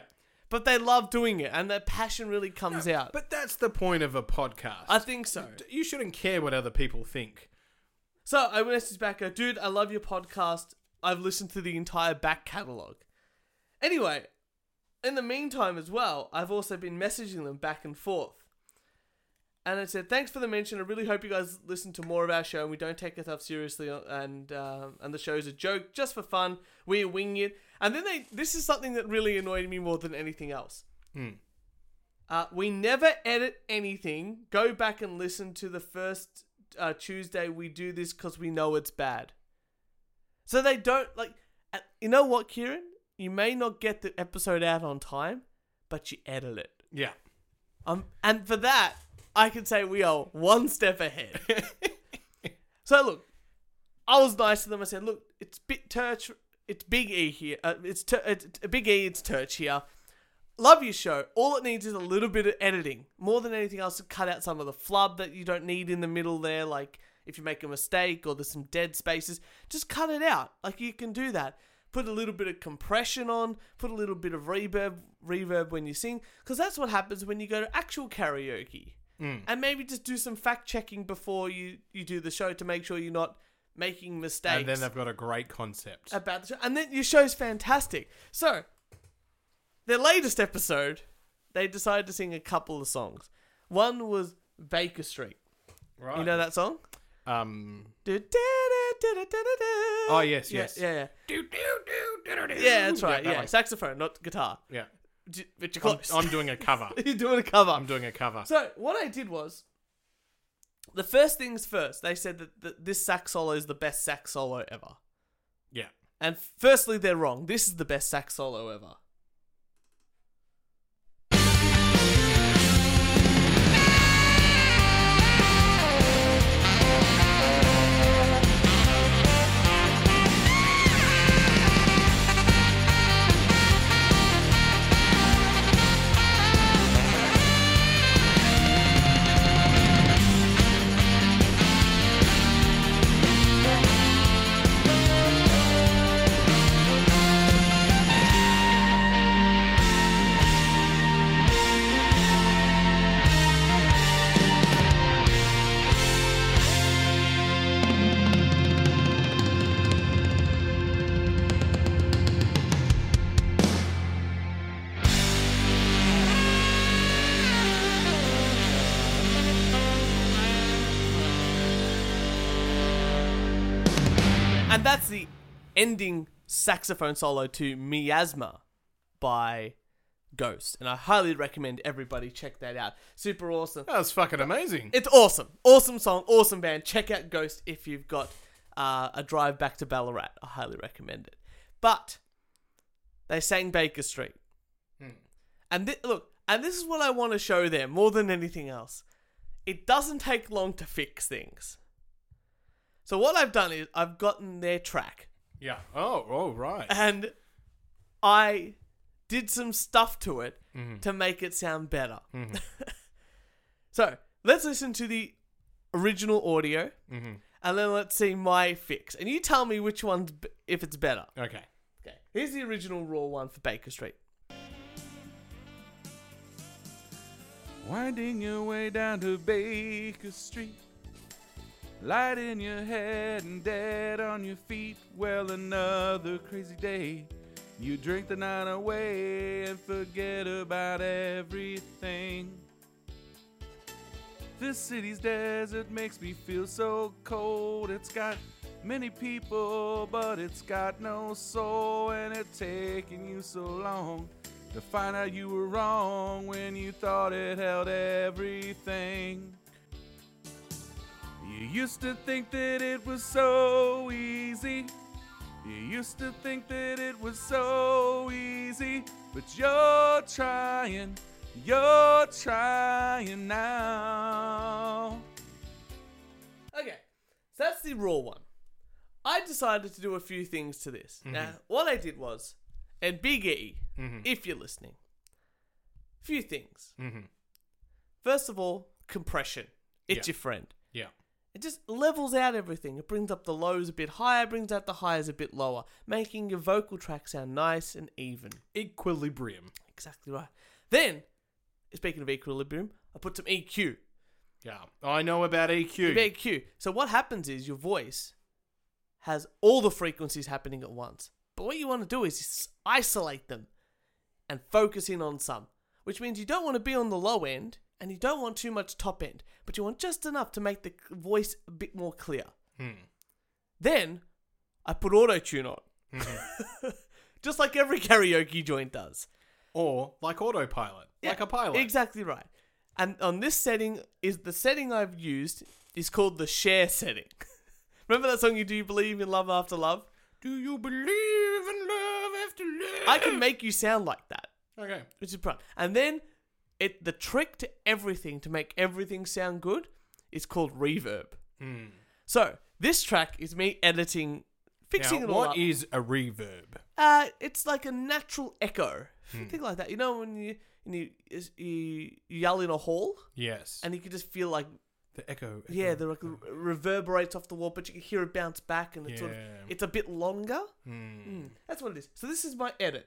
Speaker 1: But they love doing it, and their passion really comes out.
Speaker 2: But that's the point of a podcast.
Speaker 1: I think so.
Speaker 2: you shouldn't care what other people think.
Speaker 1: So I messaged back, go, dude, I love your podcast. I've listened to the entire back catalogue. Anyway, in the meantime, as well, I've also been messaging them back and forth. And I said, thanks for the mention. I really hope you guys listen to more of our show and we don't take ourselves seriously. And um, and the show's a joke just for fun. We wing it. And then they, this is something that really annoyed me more than anything else.
Speaker 2: Hmm.
Speaker 1: Uh, we never edit anything. Go back and listen to the first uh, Tuesday we do this because we know it's bad. So they don't like. Uh, you know what, Kieran? You may not get the episode out on time, but you edit it.
Speaker 2: Yeah.
Speaker 1: Um, and for that, I can say we are one step ahead. so look, I was nice to them. I said, look, it's bit turch, it's big E here. Uh, it's, tur- it's it's- big E, it's turch here. Love your show. All it needs is a little bit of editing, more than anything else, to cut out some of the flub that you don't need in the middle there. Like if you make a mistake or there's some dead spaces, just cut it out. Like you can do that. Put a little bit of compression on. Put a little bit of reverb, reverb when you sing, because that's what happens when you go to actual karaoke.
Speaker 2: Mm.
Speaker 1: And maybe just do some fact checking before you you do the show to make sure you're not making mistakes
Speaker 2: And then they've got a great concept.
Speaker 1: about the show. And then your show's fantastic. So, their latest episode, they decided to sing a couple of songs. One was Baker Street.
Speaker 2: right.
Speaker 1: You know that song?
Speaker 2: Um,
Speaker 1: Oh
Speaker 2: yes, yes.
Speaker 1: Yeah, yeah,
Speaker 2: do, do, do, do, do, do.
Speaker 1: yeah. Yeah, that's right.
Speaker 2: that
Speaker 1: Yeah,
Speaker 2: one.
Speaker 1: saxophone, not guitar.
Speaker 2: yeah.
Speaker 1: D- But you're
Speaker 2: I'm,
Speaker 1: close.
Speaker 2: I'm doing a cover.
Speaker 1: You're doing a cover.
Speaker 2: I'm doing a cover.
Speaker 1: So what I did was, the first things first. They said that th- this sax solo is the best sax solo ever.
Speaker 2: Yeah.
Speaker 1: And firstly, they're wrong. This is the best sax solo ever. And that's the ending saxophone solo to Miasma by Ghost. And I highly recommend everybody check that out. Super awesome.
Speaker 2: That was fucking amazing.
Speaker 1: It's awesome. Awesome song, awesome band. Check out Ghost if you've got uh, a drive back to Ballarat. I highly recommend it. But they sang Baker Street. And thi- look, and this is what I want to show them more than anything else. It doesn't take long to fix things. So what I've done is I've gotten their track
Speaker 2: Yeah. Oh, oh, right.
Speaker 1: and I did some stuff to it to make it sound better. so let's listen to the original audio and then let's see my fix. And you tell me which one's b- if it's better.
Speaker 2: Okay.
Speaker 1: Okay. Here's the original raw one for Baker Street.
Speaker 3: Winding your way down to Baker Street. Light in your head and dead on your feet. Well, another crazy day. You drink the night away and forget about everything. This city's desert makes me feel so cold. It's got many people, but it's got no soul, and it's taking you so long to find out you were wrong when you thought it held everything. You used to think that it was so easy. You used to think that it was so easy, but you're trying, you're trying now.
Speaker 1: Okay, so that's the raw one. I decided to do a few things to this. Now, what I did was, and Big E, if you're listening, few things. First of all, compression. It's
Speaker 2: Yeah.
Speaker 1: your friend.
Speaker 2: Yeah.
Speaker 1: It just levels out everything. It brings up the lows a bit higher, brings out the highs a bit lower, making your vocal track sound nice and even.
Speaker 2: Equilibrium.
Speaker 1: Exactly right. Then, speaking of equilibrium, I put some E EQ.
Speaker 2: Yeah. I know about E EQ.
Speaker 1: Very cute. So what happens is your voice has all the frequencies happening at once. But what you want to do is s- isolate them and focus in on some, which means you don't want to be on the low end and you don't want too much top end, but you want just enough to make the c- voice a bit more clear.
Speaker 2: Hmm.
Speaker 1: Then I put auto tune on, just like every karaoke joint does.
Speaker 2: Or like autopilot. Like
Speaker 1: Yeah,
Speaker 2: a pilot.
Speaker 1: Exactly right. And on this setting is the setting I've used is called the share setting. Remember that song you do you believe in love after love?
Speaker 2: Do you believe in love after love?
Speaker 1: I can make you sound like that,
Speaker 2: Okay.
Speaker 1: which is fun. And then it the trick to everything to make everything sound good is called reverb.
Speaker 2: Hmm.
Speaker 1: So this track is me editing, fixing
Speaker 2: Now,
Speaker 1: it all
Speaker 2: what
Speaker 1: up.
Speaker 2: is a reverb?
Speaker 1: Uh, it's like a natural echo,
Speaker 2: Hmm.
Speaker 1: thing like that. You know when you when you, you yell in a hall
Speaker 2: Yes.
Speaker 1: and you can just feel like
Speaker 2: the echo.
Speaker 1: Yeah, the like, r- reverberates off the wall, but you can hear it bounce back, and it's sort of
Speaker 2: Yeah. Hmm.
Speaker 1: it's a bit longer. Mm, That's what it is. So this is my edit.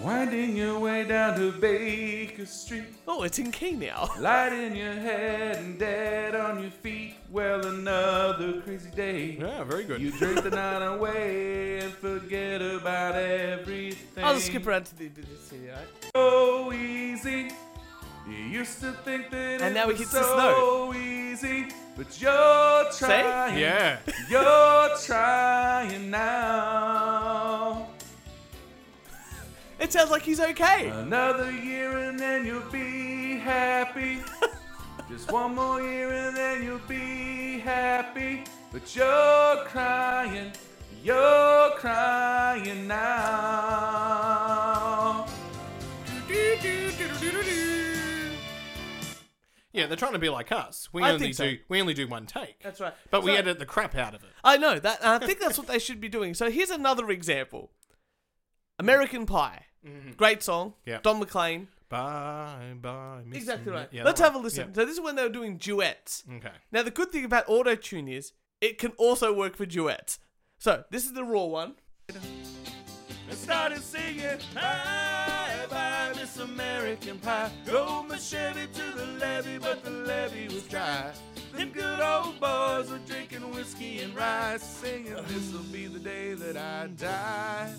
Speaker 3: Winding your way down to Baker Street.
Speaker 1: Oh, it's in key now.
Speaker 3: Light in your head and dead on your feet. Well, another crazy day.
Speaker 2: Yeah, very good.
Speaker 3: You drink the night away and forget about everything.
Speaker 1: I'll just skip around to the, the, the CD, right?
Speaker 3: So easy. You used to think that
Speaker 1: And
Speaker 3: it
Speaker 1: now he
Speaker 3: was
Speaker 1: hits the
Speaker 3: so
Speaker 1: snow.
Speaker 3: easy, but you're trying.
Speaker 2: Yeah.
Speaker 3: You're trying now.
Speaker 1: It sounds like he's okay.
Speaker 2: Uh.
Speaker 3: Another year and then you'll be happy. Just one more year and then you'll be happy. But you're crying, you're crying now.
Speaker 2: Yeah, they're trying to be like us. We
Speaker 1: I
Speaker 2: only
Speaker 1: think so.
Speaker 2: do we only do one take.
Speaker 1: That's right.
Speaker 2: But we
Speaker 1: So-
Speaker 2: edit the crap out of it.
Speaker 1: I know that. And I think that's what they should be doing. So here's another example: American Pie, great song.
Speaker 2: Mm-hmm. Yeah.
Speaker 1: Don McLean.
Speaker 2: Bye bye. Miss
Speaker 1: Exactly
Speaker 2: Ma-
Speaker 1: right.
Speaker 2: Yeah,
Speaker 1: Let's
Speaker 2: that
Speaker 1: have a
Speaker 2: one.
Speaker 1: listen.
Speaker 2: Yeah. Mm.
Speaker 1: So this is when they were doing duets.
Speaker 2: Okay.
Speaker 1: Now the good thing about auto tune is it can also work for duets. So this is the raw one.
Speaker 3: and started singing Bye bye Miss American Pie. Drove my Chevy to the levee, but the levee was dry. Them good old boys were drinking whiskey and rye, singing This'll be the day that I die.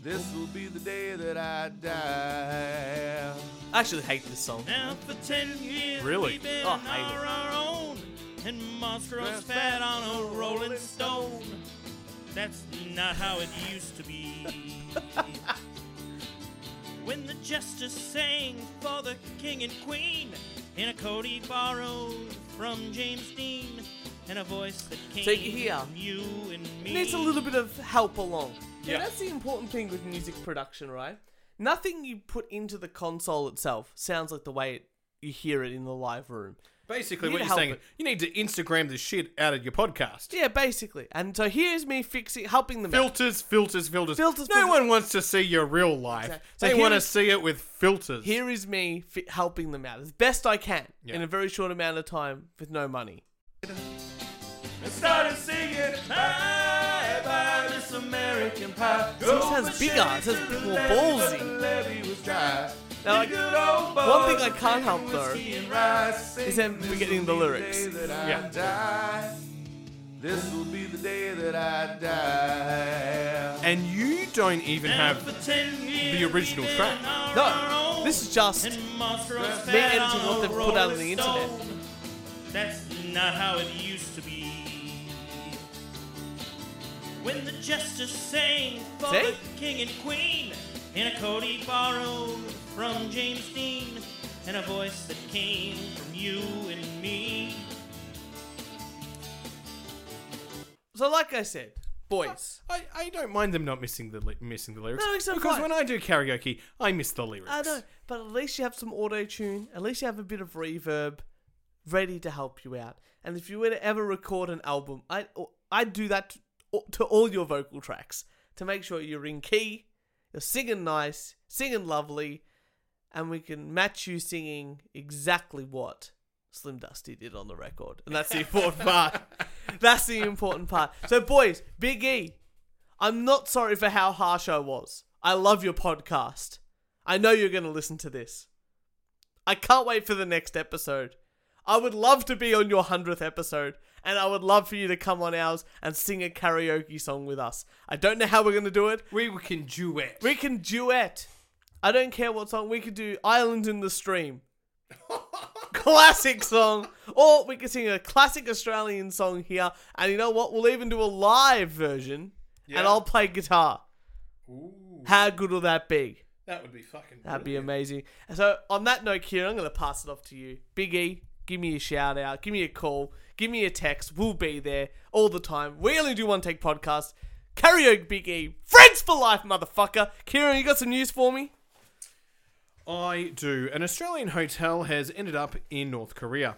Speaker 3: This'll be the day that I die.
Speaker 1: I actually hate this song.
Speaker 4: Now for ten years
Speaker 2: Really?
Speaker 4: we've been
Speaker 1: Oh, hate
Speaker 4: on
Speaker 1: it.
Speaker 4: our own, and monsters fed on a rolling stone. That's not how it used to be. when the justice sang for the king and queen in a coat he borrowed from James Dean, and a voice that came
Speaker 1: Take it here.
Speaker 4: from you and me.
Speaker 1: It needs a little bit of help along. Yeah.
Speaker 2: Yeah.
Speaker 1: that's the important thing with music production, right? Nothing you put into the console itself sounds like the way it, you hear it in the live room.
Speaker 2: Basically,
Speaker 1: You
Speaker 2: what
Speaker 1: need
Speaker 2: you're
Speaker 1: help
Speaker 2: saying,
Speaker 1: it.
Speaker 2: you need to Instagram the shit out of your podcast.
Speaker 1: Yeah, basically. And so here's me fixing, helping them. out.
Speaker 2: Filters, filters, filters.
Speaker 1: Filters,
Speaker 2: no
Speaker 1: filters.
Speaker 2: one wants to see your real life.
Speaker 1: Exactly. So
Speaker 2: they
Speaker 1: here
Speaker 2: want to
Speaker 1: is-
Speaker 2: see it with filters.
Speaker 1: Here is me fi- helping them out as best I can
Speaker 2: Yeah.
Speaker 1: in a very short amount of time with no money.
Speaker 3: and started singing Bye Bye Miss American Pie.
Speaker 1: This has bigger, it has more ballsy. Now, like,
Speaker 3: one
Speaker 1: thing I can't help, though, is them forgetting the lyrics.
Speaker 2: Yeah.
Speaker 3: This will be the day that I die.
Speaker 2: and you don't even
Speaker 4: Now
Speaker 2: have.
Speaker 4: for 10 years
Speaker 2: the original
Speaker 4: we've
Speaker 2: track.
Speaker 4: been on our
Speaker 1: No,
Speaker 4: own.
Speaker 1: this is just
Speaker 4: and monstrous
Speaker 1: They
Speaker 4: fed
Speaker 1: edited
Speaker 4: on
Speaker 1: what
Speaker 4: a
Speaker 1: they've put out on the
Speaker 4: rolling
Speaker 1: internet.
Speaker 4: stone. That's not how it used to be. When the justice sang for
Speaker 1: See?
Speaker 4: the king and queen in a coat he borrowed from James Dean and a voice that came from you and me.
Speaker 1: so, like I said, boys.
Speaker 2: I, I don't mind them not missing the li- missing the lyrics
Speaker 1: No, it's not
Speaker 2: because
Speaker 1: fine.
Speaker 2: when I do karaoke, I miss the lyrics.
Speaker 1: I know, but at least you have some auto tune. At least you have a bit of reverb ready to help you out. And if you were to ever record an album, I I do that to, to all your vocal tracks to make sure you're in key, you're singing nice, singing lovely, and we can match you singing exactly what Slim Dusty did on the record. And that's the important part. That's the important part. So, boys, Big E, I'm not sorry for how harsh I was. I love your podcast. I know you're going to listen to this. I can't wait for the next episode. I would love to be on your 100th episode, and I would love for you to come on ours and sing a karaoke song with us. I don't know how we're going to do it.
Speaker 2: We can duet.
Speaker 1: We can duet. I don't care what song. We could do Island in the Stream. classic song. Or we could sing a classic Australian song here. And you know what? We'll even do a live version. And I'll play guitar. How good will that be?
Speaker 2: that would be fucking.
Speaker 1: That'd be amazing. So, on that note, Kieran, I'm going to pass it off to you. Big E, give me a shout out, give me a call, give me a text. We'll be there all the time. We only do one take podcast. Karaoke Big E, friends for life, motherfucker. Kieran, you got some news for me?
Speaker 2: I do. An Australian hotel has ended up in North Korea.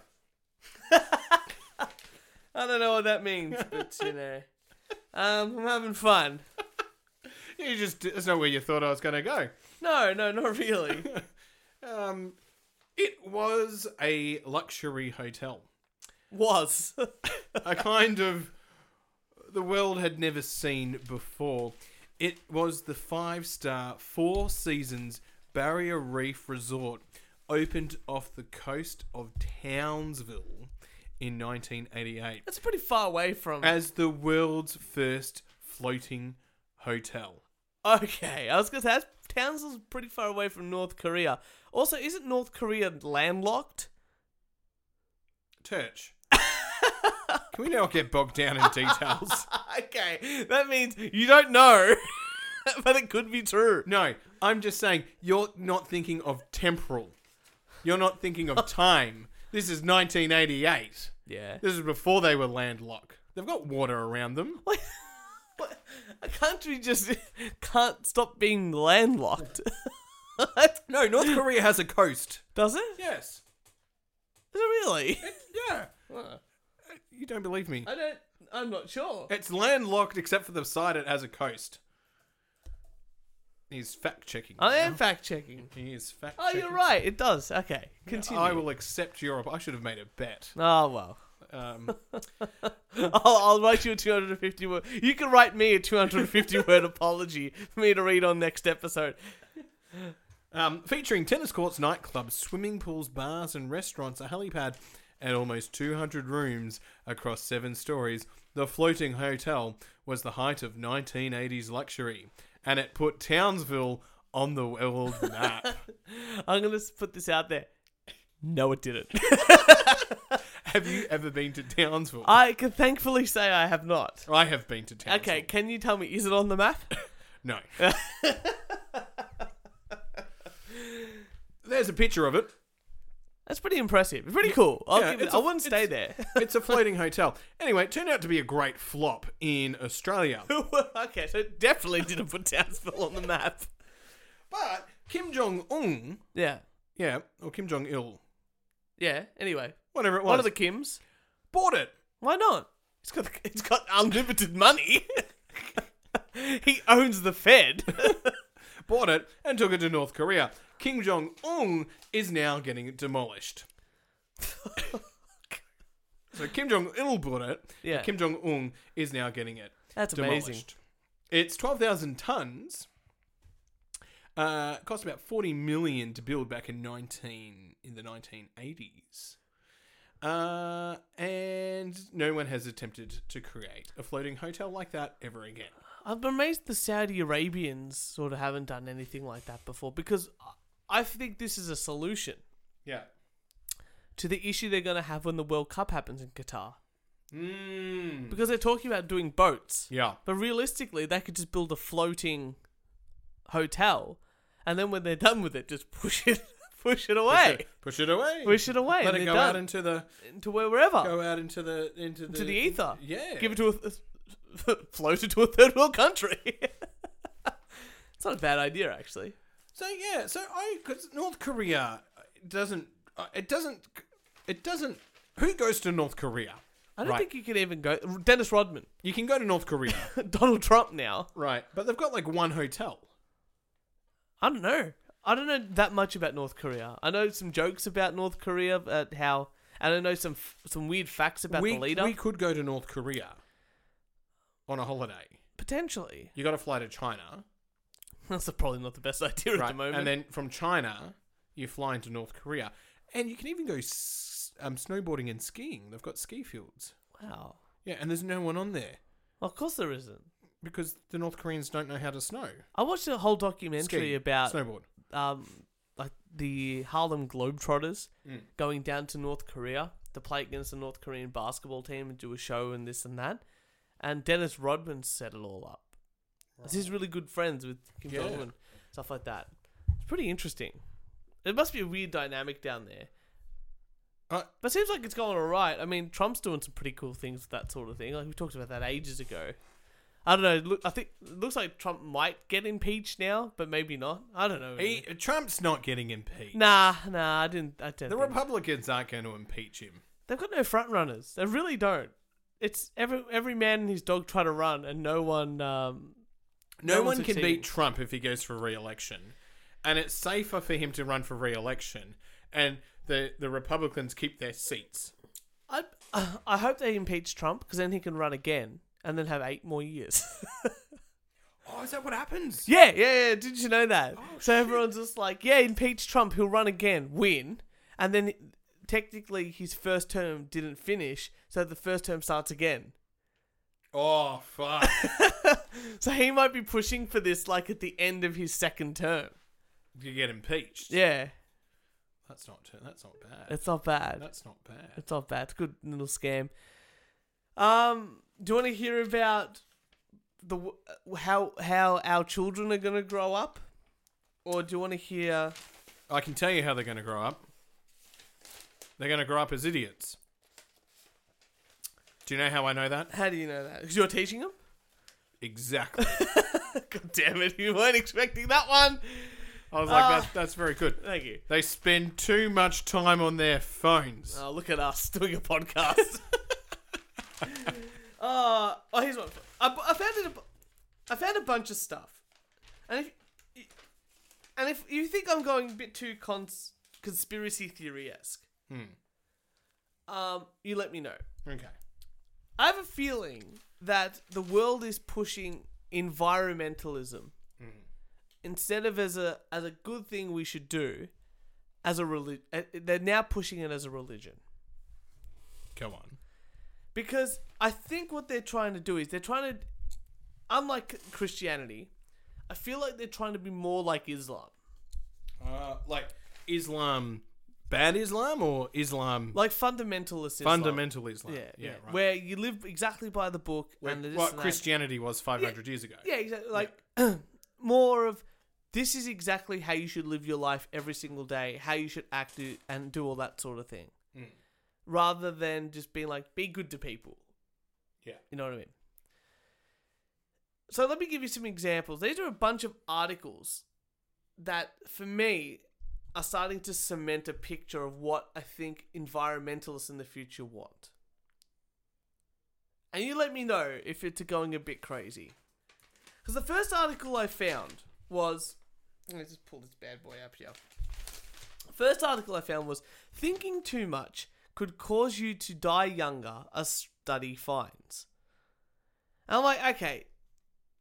Speaker 1: I don't know what that means, but you know, um, I'm having fun.
Speaker 2: You just that's not where you thought I was going to go.
Speaker 1: No, no, not really.
Speaker 2: Um, it was a luxury hotel.
Speaker 1: Was
Speaker 2: a kind of the world had never seen before. It was the five star Four Seasons Barrier Reef Resort, opened off the coast of Townsville in 1988
Speaker 1: that's pretty far away from.
Speaker 2: as the world's first floating hotel.
Speaker 1: Okay, I was gonna say that's Townsville's pretty far away from North Korea. Also, isn't North Korea landlocked?
Speaker 2: Turch. Can we not get bogged down in details?
Speaker 1: okay, that means you don't know, but it could be true.
Speaker 2: No, I'm just saying you're not thinking of temporal. You're not thinking of time. This is 1988.
Speaker 1: Yeah.
Speaker 2: This is before they were landlocked. They've got water around them.
Speaker 1: A country just can't stop being landlocked. That's-
Speaker 2: No, North Korea has a coast.
Speaker 1: Does it? Is
Speaker 2: Yes.
Speaker 1: it really?
Speaker 2: Yeah. Uh, You don't believe me.
Speaker 1: I don't. I'm not sure.
Speaker 2: It's landlocked except for the side it has a coast. He's fact checking.
Speaker 1: I am fact checking.
Speaker 2: He is fact
Speaker 1: Oh,
Speaker 2: checking.
Speaker 1: you're right. It does. Okay, continue.
Speaker 2: I will accept Europe. I should have made a bet.
Speaker 1: Oh well.
Speaker 2: Um,
Speaker 1: I'll, I'll write you a 250 word. You can write me a 250 word apology for me to read on next episode.
Speaker 2: um, featuring tennis courts, nightclubs, swimming pools, bars, and restaurants, a helipad, and almost 200 rooms across seven stories, the floating hotel was the height of 1980s luxury, and it put Townsville on the world map.
Speaker 1: I'm gonna s- put this out there. No, it didn't.
Speaker 2: have you ever been to Townsville?
Speaker 1: I can thankfully say I have not.
Speaker 2: I have been to Townsville.
Speaker 1: Okay, can you tell me is it on the map?
Speaker 2: No. There's a picture of it.
Speaker 1: That's pretty impressive. Pretty cool. I'll
Speaker 2: Yeah,
Speaker 1: give it,
Speaker 2: it's
Speaker 1: I
Speaker 2: a-
Speaker 1: wouldn't stay there.
Speaker 2: It's a floating hotel. Anyway, it turned out to be a great flop in Australia.
Speaker 1: okay, so it definitely didn't put Townsville on the map.
Speaker 2: But Kim Jong Un,
Speaker 1: Yeah,
Speaker 2: yeah, or Kim Jong Il,
Speaker 1: yeah. Anyway,
Speaker 2: whatever it was,
Speaker 1: one of the Kims.
Speaker 2: bought it.
Speaker 1: Why not? It's got it's got unlimited money. he owns the Fed.
Speaker 2: Bought it and took it to North Korea. Kim Jong Un is now getting it demolished. so Kim Jong Il bought it. and
Speaker 1: Yeah.
Speaker 2: Kim Jong Un is now getting it.
Speaker 1: That's
Speaker 2: demolished.
Speaker 1: amazing.
Speaker 2: It's 12,000 tons. Uh, cost about 40 million to build back in 19 in the 1980s. Uh, and no one has attempted to create a floating hotel like that ever again.
Speaker 1: I'm amazed the Saudi Arabians sort of haven't done anything like that before because I- I think this is a solution
Speaker 2: Yeah.
Speaker 1: to the issue they're going to have when the World Cup happens in Qatar
Speaker 2: Mm.
Speaker 1: because they're talking about doing boats.
Speaker 2: Yeah.
Speaker 1: But realistically, they could just build a floating hotel, and then when they're done with it, just push it, push it
Speaker 2: Push
Speaker 1: away,
Speaker 2: it, push it away.
Speaker 1: push it away,
Speaker 2: Let
Speaker 1: and
Speaker 2: it
Speaker 1: they're
Speaker 2: go out
Speaker 1: done.
Speaker 2: into the
Speaker 1: to where wherever
Speaker 2: go out into the into the
Speaker 1: to the ether.
Speaker 2: Yeah.
Speaker 1: give it to a th- float it to a third world country. it's not a bad idea, actually.
Speaker 2: So yeah, so I because North Korea doesn't uh, it doesn't it doesn't who goes to North Korea?
Speaker 1: I don't
Speaker 2: Right.
Speaker 1: think you can even go. Dennis Rodman,
Speaker 2: You can go to North Korea,
Speaker 1: Donald Trump. Now
Speaker 2: right? But they've got like one hotel.
Speaker 1: I don't know. I don't know that much about North Korea. I know some jokes about North Korea, at how, and I know some f- some weird facts about
Speaker 2: we,
Speaker 1: the leader.
Speaker 2: we could go to North Korea on a holiday.
Speaker 1: Potentially,
Speaker 2: You got to fly to China,
Speaker 1: that's probably not the best idea at
Speaker 2: right?
Speaker 1: the moment.
Speaker 2: And then from China, you fly into North Korea, and you can even go s- um, snowboarding and skiing. They've got ski fields.
Speaker 1: wow,
Speaker 2: Yeah, and there's no one on there
Speaker 1: of course there isn't.
Speaker 2: because the North Koreans don't know how to snow.
Speaker 1: I watched a whole documentary
Speaker 2: Ski,
Speaker 1: about
Speaker 2: snowboard.
Speaker 1: um, like the Harlem Globetrotters
Speaker 2: Mm.
Speaker 1: going down to North Korea to play against the North Korean basketball team and do a show and this and that. And Dennis Rodman set it all up. 'Cause He's really good friends with Kim
Speaker 2: Yeah.
Speaker 1: Jong Un, stuff like that. It's pretty interesting. It must be a weird dynamic down there.
Speaker 2: Uh,
Speaker 1: But it seems like it's going all right. I mean, Trump's doing some pretty cool things with that sort of thing. Like we talked about that ages ago. I don't know. Look, I think it looks like Trump might get impeached now, but maybe not. I don't know.
Speaker 2: He, Trump's not getting impeached.
Speaker 1: Nah, nah, I didn't. I don't.
Speaker 2: The
Speaker 1: think-
Speaker 2: Republicans aren't going to impeach him.
Speaker 1: They've got no front runners. They really don't. It's every every man and his dog try to run, and no one. Um,
Speaker 2: No,
Speaker 1: No
Speaker 2: one
Speaker 1: one's
Speaker 2: can
Speaker 1: succeeding.
Speaker 2: beat Trump if he goes for re-election, and it's safer for him to run for re-election. And the the Republicans keep their seats.
Speaker 1: I I hope they impeach Trump because then he can run again and then have eight more years.
Speaker 2: Oh, is that what happens?
Speaker 1: yeah, yeah, yeah. Did you know that? so everyone's just like, yeah, impeach Trump. He'll run again, win, and then technically his first term didn't finish, so the first term starts again.
Speaker 2: Oh fuck!
Speaker 1: So he might be pushing for this like at the end of his second term.
Speaker 2: you get impeached.
Speaker 1: Yeah,
Speaker 2: That's not. That's not bad.
Speaker 1: it's not bad.
Speaker 2: That's not bad.
Speaker 1: It's not bad. It's a good little scam. Um, do you want to hear about the w- uh, how how our children are going to grow up, or do you want to hear?
Speaker 2: I can tell you how they're going to grow up. They're going to grow up as idiots. Do you know how I know that?
Speaker 1: How do you know that? Because you're teaching them.
Speaker 2: Exactly.
Speaker 1: God damn it! You weren't expecting that one.
Speaker 2: I was like,
Speaker 1: Ah.
Speaker 2: that's, that's very good.
Speaker 1: Thank you.
Speaker 2: They spend too much time on their phones.
Speaker 1: Oh, look at us doing a podcast. uh, oh, here's one. I, I found it. A, bu- I found a bunch of stuff, and if and if you think I'm going a bit too cons, conspiracy theory esque, um, you let me know.
Speaker 2: Okay.
Speaker 1: I have a feeling that the world is pushing environmentalism
Speaker 2: Mm-hmm.
Speaker 1: instead of as a as a good thing we should do as a religion. They're now pushing it as a religion.
Speaker 2: Go on.
Speaker 1: Because I think what they're trying to do is they're trying to, unlike Christianity, I feel like they're trying to be more like Islam,
Speaker 2: Uh, like Islam, bad Islam or Islam,
Speaker 1: like fundamentalist Islam.
Speaker 2: fundamental Islam?
Speaker 1: yeah, yeah,
Speaker 2: right.
Speaker 1: where you live exactly by the book
Speaker 2: Where-
Speaker 1: and the this
Speaker 2: what
Speaker 1: and that.
Speaker 2: Christianity was 500 years ago.
Speaker 1: yeah, exactly. Like more of this is exactly how you should live your life every single day, how you should act do, and do all that sort of thing, rather than just being like be good to people.
Speaker 2: Yeah.
Speaker 1: You know what I mean? So let me give you some examples. These are a bunch of articles that, for me, are starting to cement a picture of what I think environmentalists in the future want. And you let me know if it's going a bit crazy. Because the first article I found was. Let me just pull this bad boy up here. First article I found was Thinking Too Much Could Cause You to Die Younger, a study finds. And I'm like, okay,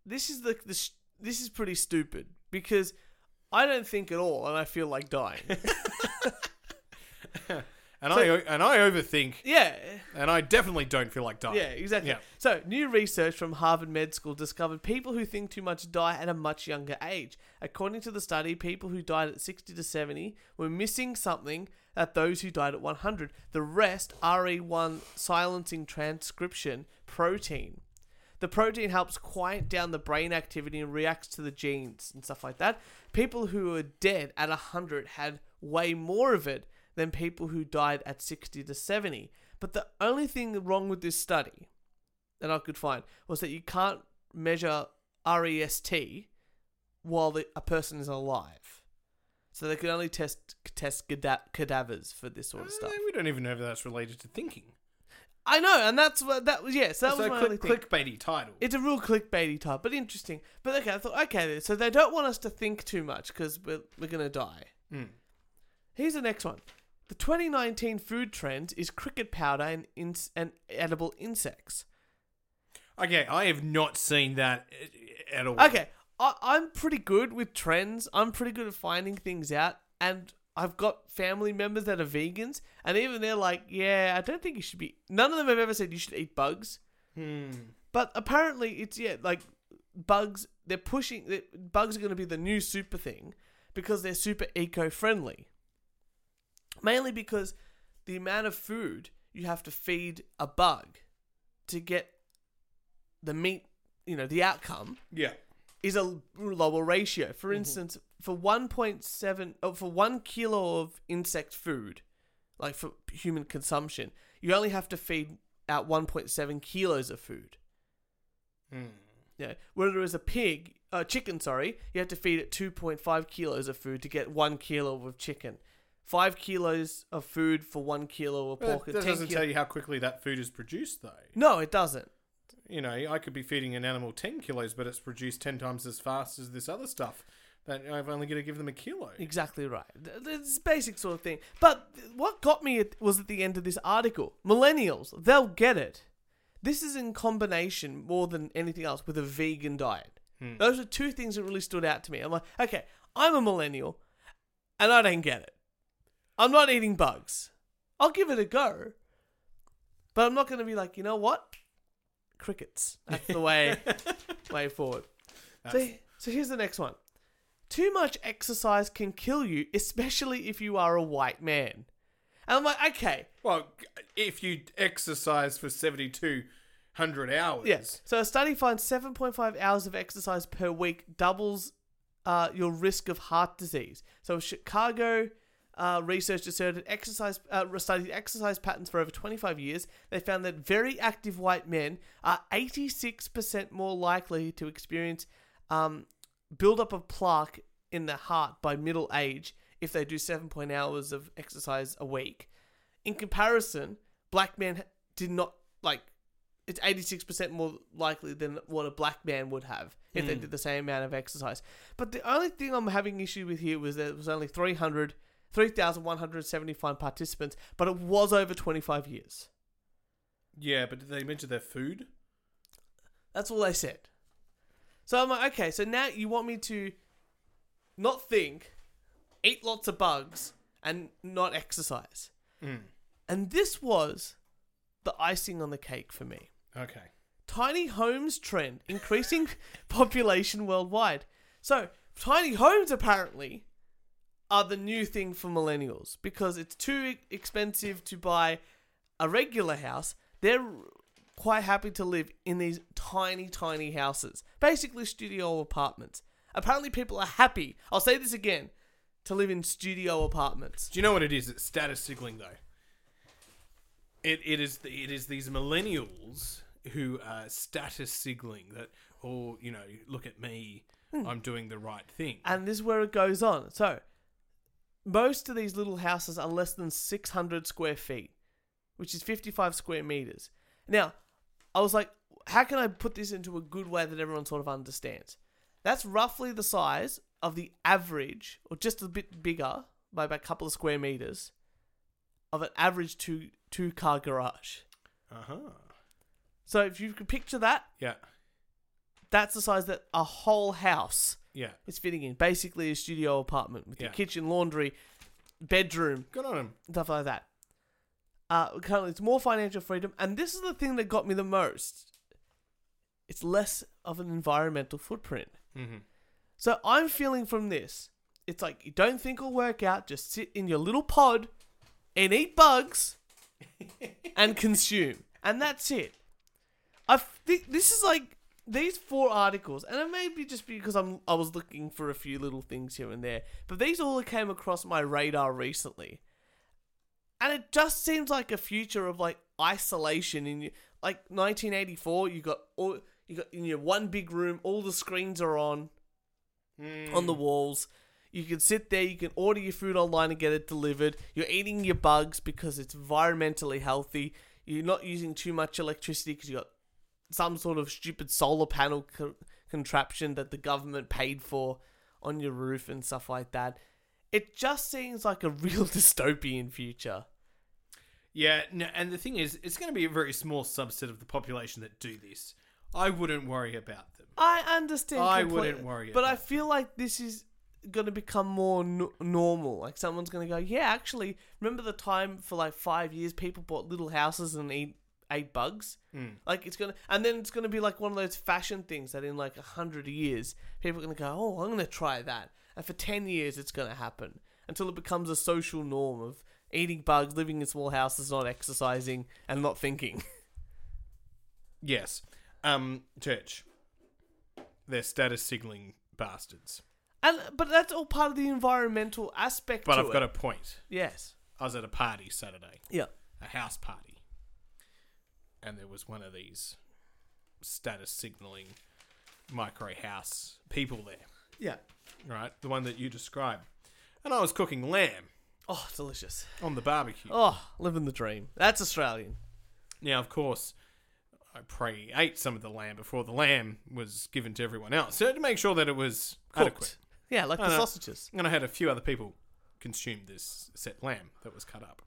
Speaker 1: this is the, the sh- this is pretty stupid because I don't think at all and I feel like dying.
Speaker 2: And I and I overthink,
Speaker 1: yeah.
Speaker 2: and I definitely don't feel like dying.
Speaker 1: Yeah, exactly.
Speaker 2: Yeah.
Speaker 1: So, new research from Harvard Med School discovered people who think too much die at a much younger age. According to the study, people who died at 60 to 70 were missing something that those who died at 100. The rest, RE1 silencing transcription protein. The protein helps quiet down the brain activity and reacts to the genes and stuff like that. People who were dead at 100 had way more of it than people who died at 60 to 70. But the only thing wrong with this study that I could find was that you can't measure REST while the, a person is alive. So they could only test test cada- cadavers for this sort of stuff.
Speaker 2: We don't even know if that's related to thinking.
Speaker 1: I know, and that's what that was. Yes, that
Speaker 2: so
Speaker 1: was my only thing.
Speaker 2: click, clickbaity title.
Speaker 1: It's a real clickbaity type, but interesting. But okay, I thought, okay, so they don't want us to think too much because we're, we're going to die.
Speaker 2: Hmm.
Speaker 1: Here's the next one. The 2019 food trend is cricket powder and, ins- and edible insects.
Speaker 2: okay, I have not seen that uh, at all.
Speaker 1: Okay, I- I'm pretty good with trends. I'm pretty good at finding things out. And I've got family members that are vegans. And even they're like, yeah, I don't think you should be. None of them have ever said you should eat bugs. But apparently, it's yeah, like bugs. They're pushing. they bugs are going to be the new super thing because they're super eco-friendly. Mainly because the amount of food you have to feed a bug to get the meat, you know, the outcome
Speaker 2: Yeah.
Speaker 1: is a l- lower ratio.
Speaker 2: Mm-hmm.
Speaker 1: For instance, for 1.7 oh, for 1 kilo of insect food, like for human consumption, you only have to feed out 1.7 kilos of food.
Speaker 2: Hmm.
Speaker 1: Yeah. Whereas a pig, uh, chicken, sorry, you have to feed it 2.5 kilos of food to get 1 kilo of chicken. 5 kilos of food for 1 kilo of
Speaker 2: Well,
Speaker 1: pork.
Speaker 2: that
Speaker 1: and
Speaker 2: that
Speaker 1: 10
Speaker 2: doesn't
Speaker 1: kil-
Speaker 2: tell you how quickly that food is produced, though.
Speaker 1: No, it doesn't.
Speaker 2: you know, I could be feeding an animal 10 kilos, but it's produced 10 times as fast as this other stuff. That I've only got to give them a kilo.
Speaker 1: Exactly right. Th- th- It's a basic sort of thing. But th- what got me at, was at the end of this article. Millennials, they'll get it. This is in combination more than anything else with a vegan diet. Those are two things that really stood out to me. I'm like, okay, I'm a millennial and I don't get it. I'm not eating bugs. I'll give it a go. But I'm not going to be like, you know what? crickets. That's the way way forward. So, so here's the next one. Too much exercise can kill you, especially if you are a white man. And I'm like, okay,
Speaker 2: Well, if you exercise for 7,200 hours.
Speaker 1: yes. So a study finds 7.5 hours of exercise per week doubles uh, your risk of heart disease. So Chicago uh, researchers studied exercise uh, studied exercise patterns for over 25 years. They found that very active white men are 86% more likely to experience um, buildup of plaque in the heart by middle age if they do 7.0 hours of exercise a week. In comparison, black men ha- did not like it's 86% more likely than what a black man would have if they did the same amount of exercise. But the only thing I'm having issue with here was that it was only 300 3,175 participants, but it was over 25 years.
Speaker 2: Yeah, but did they mention their food?
Speaker 1: That's all they said. So I'm like, okay, so now you want me to not think, eat lots of bugs, and not exercise. And this was the icing on the cake for me.
Speaker 2: Okay.
Speaker 1: Tiny homes trend, increasing population worldwide. So, tiny homes apparently are the new thing for millennials because it's too e- expensive to buy a regular house. They're quite happy to live in these tiny, tiny houses, basically studio apartments. Apparently, people are happy, I'll say this again, to live in studio apartments.
Speaker 2: Do you know what it is? It's status signaling, though. It, it is the, it is these millennials who are status signaling that, oh, you know, look at me,
Speaker 1: Hmm.
Speaker 2: I'm doing the right thing.
Speaker 1: and this is where it goes on. So, most of these little houses are less than 600 square feet, which is 55 square meters. Now, I was like, how can I put this into a good way that everyone sort of understands? That's roughly the size of the average, or just a bit bigger by about a couple of square meters, of an average two two car garage.
Speaker 2: Uh huh.
Speaker 1: So if you can picture that,
Speaker 2: Yeah.
Speaker 1: that's the size that a whole house
Speaker 2: Yeah.
Speaker 1: it's fitting in. Basically, a studio apartment with your
Speaker 2: Yeah.
Speaker 1: kitchen, laundry, bedroom,
Speaker 2: Good on him.
Speaker 1: stuff like that. Uh, currently, it's more financial freedom, and this is the thing that got me the most. It's less of an environmental footprint.
Speaker 2: Mm-hmm.
Speaker 1: So I'm feeling from this. It's like you don't think or work out, just sit in your little pod and eat bugs and consume. And that's it. I thi- this is like these four articles, and it may be just because I'm I was looking for a few little things here and there, but these all came across my radar recently. And it just seems like a future of like isolation in your- like 1984. You got all you got in your one big room. All the screens are on on the walls. You can sit there, you can order your food online and get it delivered. You're eating your bugs because it's environmentally healthy. You're not using too much electricity because you got some sort of stupid solar panel co- contraption that the government paid for on your roof and stuff like that. It just seems like a real dystopian future.
Speaker 2: Yeah, no, and the thing is, it's going to be a very small subset of the population that do this. I wouldn't worry about them.
Speaker 1: I understand.
Speaker 2: I
Speaker 1: completely,
Speaker 2: wouldn't worry
Speaker 1: But
Speaker 2: about
Speaker 1: I feel like this is going to become more n- normal. Like someone's going to go, yeah, actually, remember the time for like five years people bought little houses and eat ate bugs?
Speaker 2: Hmm.
Speaker 1: Like it's gonna, and then it's gonna be like one of those fashion things that in like a hundred years people are gonna go, oh, I'm gonna try that, and for ten years it's gonna happen until it becomes a social norm of eating bugs, living in small houses, not exercising, and not thinking.
Speaker 2: Yes, um, church. They're status signaling bastards.
Speaker 1: And but that's all part of the environmental aspect.
Speaker 2: But
Speaker 1: to
Speaker 2: I've
Speaker 1: it.
Speaker 2: got a point.
Speaker 1: yes.
Speaker 2: I was at a party Saturday,
Speaker 1: Yeah.
Speaker 2: a house party, and there was one of these status signaling micro house people there,
Speaker 1: Yeah.
Speaker 2: right? The one that you described. And I was cooking lamb
Speaker 1: Oh, delicious.
Speaker 2: on the barbecue.
Speaker 1: Oh, living the dream. That's Australian.
Speaker 2: Now, of course, I pray he ate some of the lamb before the lamb was given to everyone else, so to make sure that it was adequate.
Speaker 1: Cooked. Yeah, like
Speaker 2: I
Speaker 1: the
Speaker 2: know.
Speaker 1: sausages.
Speaker 2: And I had a few other people consume this set lamb that was cut up.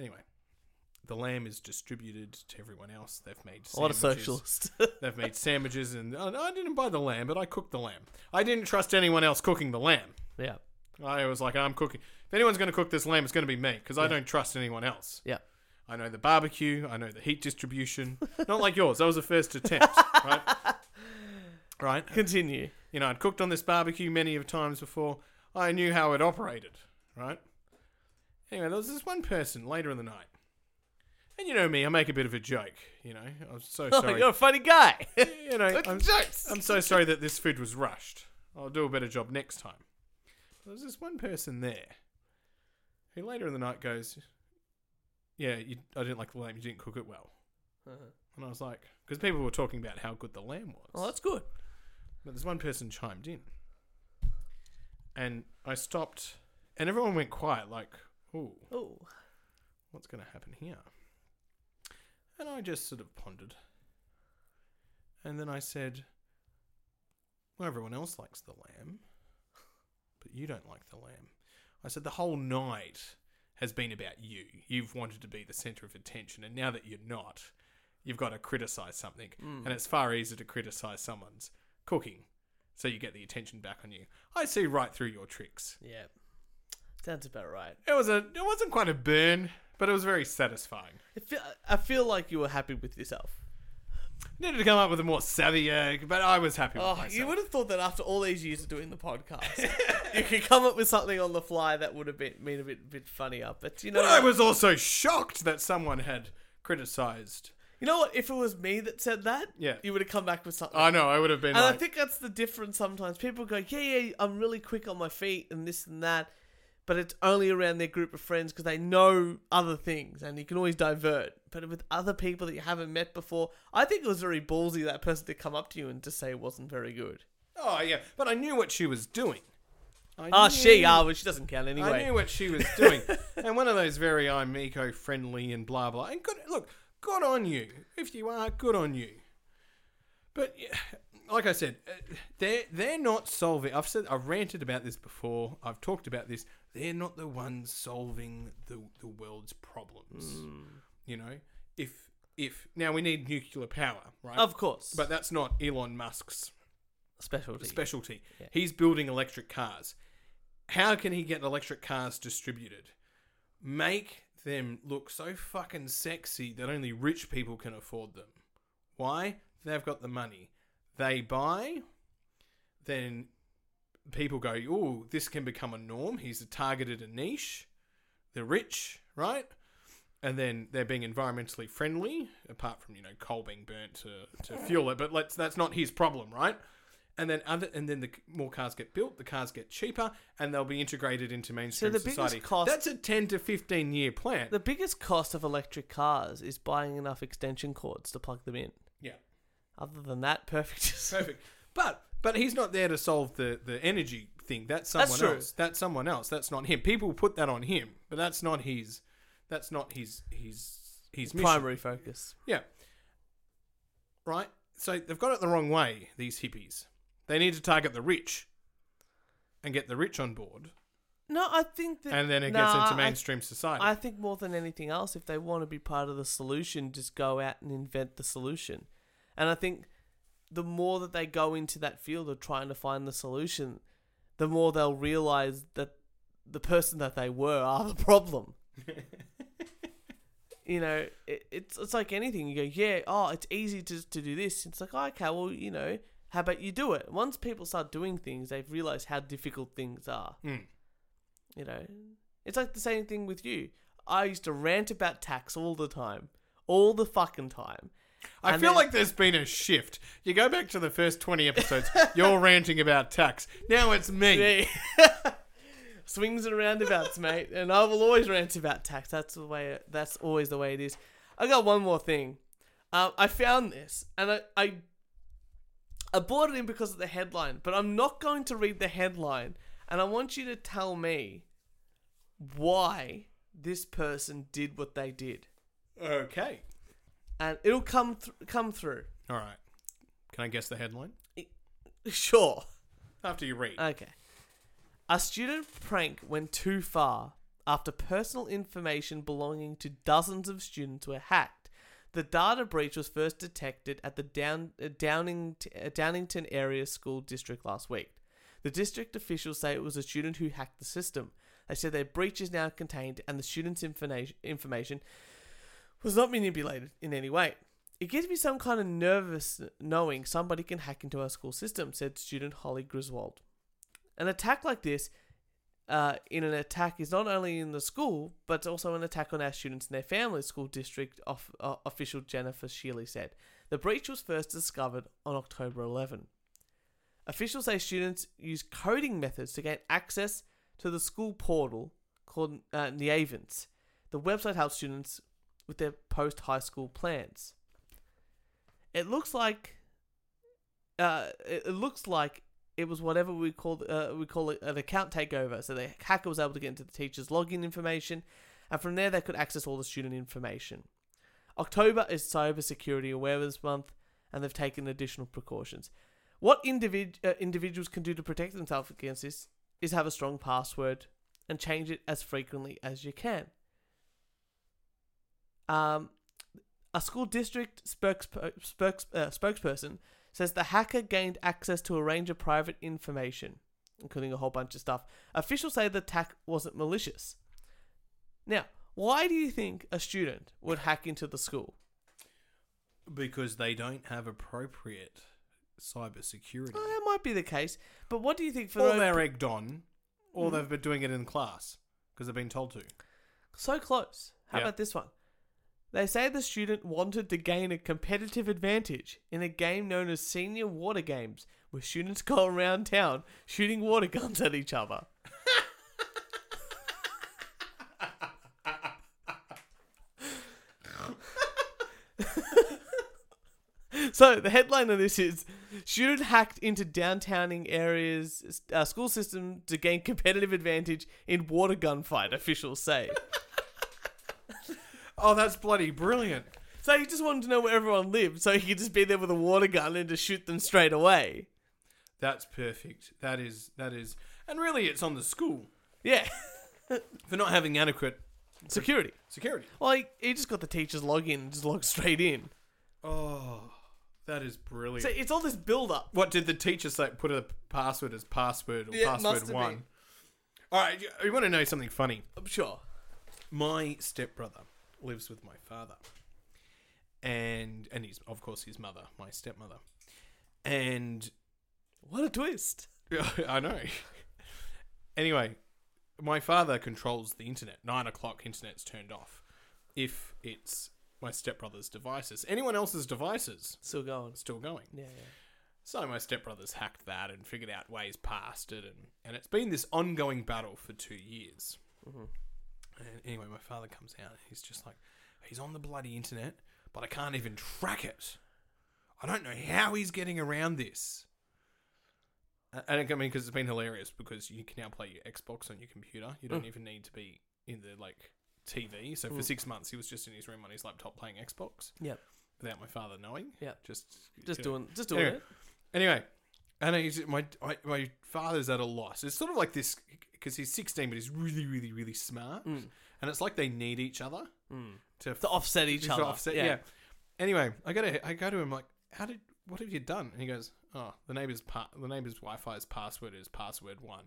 Speaker 2: Anyway, the lamb is distributed to everyone else. They've made
Speaker 1: What a
Speaker 2: sandwiches.
Speaker 1: socialist.
Speaker 2: They've made sandwiches, and I I didn't buy the lamb, but I cooked the lamb. I didn't trust anyone else cooking the lamb.
Speaker 1: yeah.
Speaker 2: I was like, I'm cooking. If anyone's going to cook this lamb, it's going to be me because I don't trust anyone else.
Speaker 1: Yeah.
Speaker 2: I know the barbecue. I know the heat distribution. Not like yours. That was the first attempt, right? Right.
Speaker 1: Continue.
Speaker 2: You know, I'd cooked on this barbecue many of times before. I knew how it operated, right? Anyway, there was this one person later in the night. And you know me, I make a bit of a joke, you know. I'm so
Speaker 1: Oh,
Speaker 2: sorry.
Speaker 1: you're a funny guy.
Speaker 2: you know,
Speaker 1: Look,
Speaker 2: I'm,
Speaker 1: jokes.
Speaker 2: I'm so sorry that this food was rushed. I'll do a better job next time. There was this one person there who later in the night goes, Yeah, you, I didn't like the lamb. You didn't cook it well. And I was like, Because people were talking about how good the lamb was.
Speaker 1: Uh-huh. Well, Oh, that's good.
Speaker 2: But there's one person chimed in. And I stopped, and everyone went quiet, like, ooh,
Speaker 1: Oh,
Speaker 2: what's going to happen here? And I just sort of pondered. And then I said, well, everyone else likes the lamb, but you don't like the lamb. I said, the whole night has been about you. You've wanted to be the center of attention, and now that you're not, you've got to criticize something. And it's far easier to criticize someone's cooking so you get the attention back on you. I see right through your tricks.
Speaker 1: yeah. Sounds about right.
Speaker 2: It was a it wasn't quite a burn, but it was very satisfying.
Speaker 1: I feel, I feel like you were happy with yourself.
Speaker 2: Needed to come up with a more savvy egg, but I was happy with
Speaker 1: Oh,
Speaker 2: myself.
Speaker 1: you would have thought that after all these years of doing the podcast, you could come up with something on the fly that would have been, been a bit bit funnier. But you know,
Speaker 2: But I was also shocked that someone had criticized.
Speaker 1: you know what? If it was me that said that,
Speaker 2: Yeah.
Speaker 1: you would have come back with something.
Speaker 2: I know I would have been
Speaker 1: and
Speaker 2: like,
Speaker 1: I think that's the difference. Sometimes people go, "Yeah, yeah, I'm really quick on my feet and this and that," but it's only around their group of friends because they know other things, and you can always divert. But with other people that you haven't met before, I think it was very ballsy that person to come up to you and just say it wasn't very good.
Speaker 2: oh yeah, but I knew what she was doing. I
Speaker 1: Ah, she,
Speaker 2: knew-
Speaker 1: ah, well, she doesn't count anyway.
Speaker 2: I knew what she was doing, and one of those very I'm eco friendly and blah blah. And good, look, good on you if you are. Good on you. But yeah, like I said, uh, they're they're not solving. I've said I've ranted about this before. I've talked about this. They're not the ones solving the the world's problems.
Speaker 1: Hmm.
Speaker 2: You know, if if now we need nuclear power, right?
Speaker 1: Of course.
Speaker 2: But that's not Elon Musk's
Speaker 1: specialty.
Speaker 2: specialty. He's building electric cars. How can he get electric cars distributed? Make them look so fucking sexy that only rich people can afford them. Why? They've got the money. They buy, then people go, oh, this can become a norm. He's targeted a niche. They're rich, right? And then they're being environmentally friendly, apart from you know coal being burnt to, to fuel it. But let's that's not his problem, right? and then other and then the c- more cars get built, the cars get cheaper, and they'll be integrated into mainstream
Speaker 1: the biggest
Speaker 2: society.
Speaker 1: cost-
Speaker 2: That's a ten to fifteen year plan.
Speaker 1: the biggest cost of electric cars is buying enough extension cords to plug them in.
Speaker 2: yeah,
Speaker 1: Other than that, perfect.
Speaker 2: perfect. But but he's not there to solve the the energy thing. That's someone
Speaker 1: true.
Speaker 2: else. That's someone else. That's not him. People put that on him, but that's not his. That's not his his his mission.
Speaker 1: Primary focus.
Speaker 2: Yeah. Right. So they've got it the wrong way. These hippies. They need to target the rich. And get the rich on board,
Speaker 1: No, I think that.
Speaker 2: and then it
Speaker 1: Nah,
Speaker 2: gets into
Speaker 1: I-
Speaker 2: mainstream society.
Speaker 1: I think more than anything else, if they want to be part of the solution, just go out and invent the solution. And I think the more that they go into that field of trying to find the solution, the more they'll realize that the person that they were are the problem. you know, it, it's it's like anything. You go, yeah, oh, it's easy to to do this. It's like, oh, okay, well, you know, how about you do it? Once people start doing things, they've realized how difficult things are.
Speaker 2: Mm.
Speaker 1: You know, it's like the same thing with you. I used to rant about tax all the time, all the fucking time.
Speaker 2: I
Speaker 1: And
Speaker 2: feel
Speaker 1: then-
Speaker 2: like there's been a shift. You go back to the first 20 episodes, you're ranting about tax. Now it's me.
Speaker 1: Yeah. Swings and roundabouts, mate. And I will always rant about tax. That's the way. That's always the way it is. I got one more thing. Um, I found this, and I, I I bought it in because of the headline. But I'm not going to read the headline, and I want you to tell me why this person did what they did,
Speaker 2: Okay.
Speaker 1: and it'll come thr come through.
Speaker 2: All right. Can I guess the headline?
Speaker 1: Sure.
Speaker 2: After you read.
Speaker 1: Okay. A student prank went too far after personal information belonging to dozens of students were hacked. The data breach was first detected at the Down, uh, Downing, uh, Downington Area School District last week. The district officials say it was a student who hacked the system. They said their breach is now contained and the student's information, information was not manipulated in any way. It gives me some kind of nervous knowing somebody can hack into our school system, said student Holly Griswold. An attack like this, uh, in an attack, is not only in the school, but it's also an attack on our students and their families, school district of, uh, official Jennifer Shealy said. The breach was first discovered on October 11. Officials say students use coding methods to gain access to the school portal called uh, Neavens. The website helps students with their post high school plans. It looks like, uh, it it looks like it was whatever we call uh, we call it an account takeover. So the hacker was able to get into the teacher's login information, and from there they could access all the student information. October is Cybersecurity Awareness Month, and they've taken additional precautions. What individ- uh, individuals can do to protect themselves against this is have a strong password and change it as frequently as you can. Um, a school district spokesper- spokes- uh, spokesperson says the hacker gained access to a range of private information, including a whole bunch of stuff. Officials say the attack wasn't malicious. Now, why do you think a student would hack into the school?
Speaker 2: because they don't have appropriate cybersecurity.
Speaker 1: Well, that might be the case, but what do you think for
Speaker 2: Or
Speaker 1: those-
Speaker 2: they're egged on, or they've been doing it in class because they've been told to.
Speaker 1: So close. How
Speaker 2: Yeah.
Speaker 1: about this one? They say the student wanted to gain a competitive advantage in a game known as Senior Water Games, where students go around town shooting water guns at each other. so the headline of this is student hacked into downtowning areas uh, school system to gain competitive advantage in water gun fight officials say
Speaker 2: Oh, that's bloody brilliant.
Speaker 1: So he just wanted to know where everyone lived, so he could just be there with a water gun and just shoot them straight away.
Speaker 2: That's perfect. That is that is, and really, it's on the school
Speaker 1: Yeah,
Speaker 2: for not having adequate
Speaker 1: security.
Speaker 2: security.
Speaker 1: Well, he, he just got the teacher's login and just logged straight in.
Speaker 2: Oh, that is brilliant.
Speaker 1: So it's all this build up.
Speaker 2: what did the teacher say? Put a password as password or
Speaker 1: Yeah, it must have
Speaker 2: password
Speaker 1: been.
Speaker 2: one. All right, you, you want to know something funny?
Speaker 1: I'm sure.
Speaker 2: my stepbrother lives with my father and and he's of course his mother my stepmother and
Speaker 1: What a twist.
Speaker 2: i know anyway my father controls the internet nine o'clock internet's turned off if it's my stepbrother's devices anyone else's devices
Speaker 1: Still going.
Speaker 2: still going
Speaker 1: Yeah,
Speaker 2: so my stepbrother's hacked that and figured out ways past it, and, and it's been this ongoing battle for two years.
Speaker 1: Mm-hmm.
Speaker 2: And anyway, my father comes out and he's just like, he's on the bloody internet, but I can't even track it. I don't know how he's getting around this. A- And it- I mean, because it's been hilarious because you can now play your Xbox on your computer. You don't
Speaker 1: Mm.
Speaker 2: even need to be in the like TV. So for six months, he was just in his room on his laptop playing Xbox
Speaker 1: yeah.
Speaker 2: without my father knowing.
Speaker 1: Yeah.
Speaker 2: just
Speaker 1: Just
Speaker 2: you know.
Speaker 1: doing, just doing
Speaker 2: Anyway,
Speaker 1: it.
Speaker 2: Anyway, and he's, my, my my father's at a loss. It's sort of like this because he's 16, but he's really, really, really smart, and it's like they need each other to,
Speaker 1: Mm. To offset each
Speaker 2: to
Speaker 1: other.
Speaker 2: offset- Yeah. Anyway, I go to I go to him like, how did what have you done? And he goes, oh, the neighbor's pa- the neighbor's Wi-Fi's password is password one.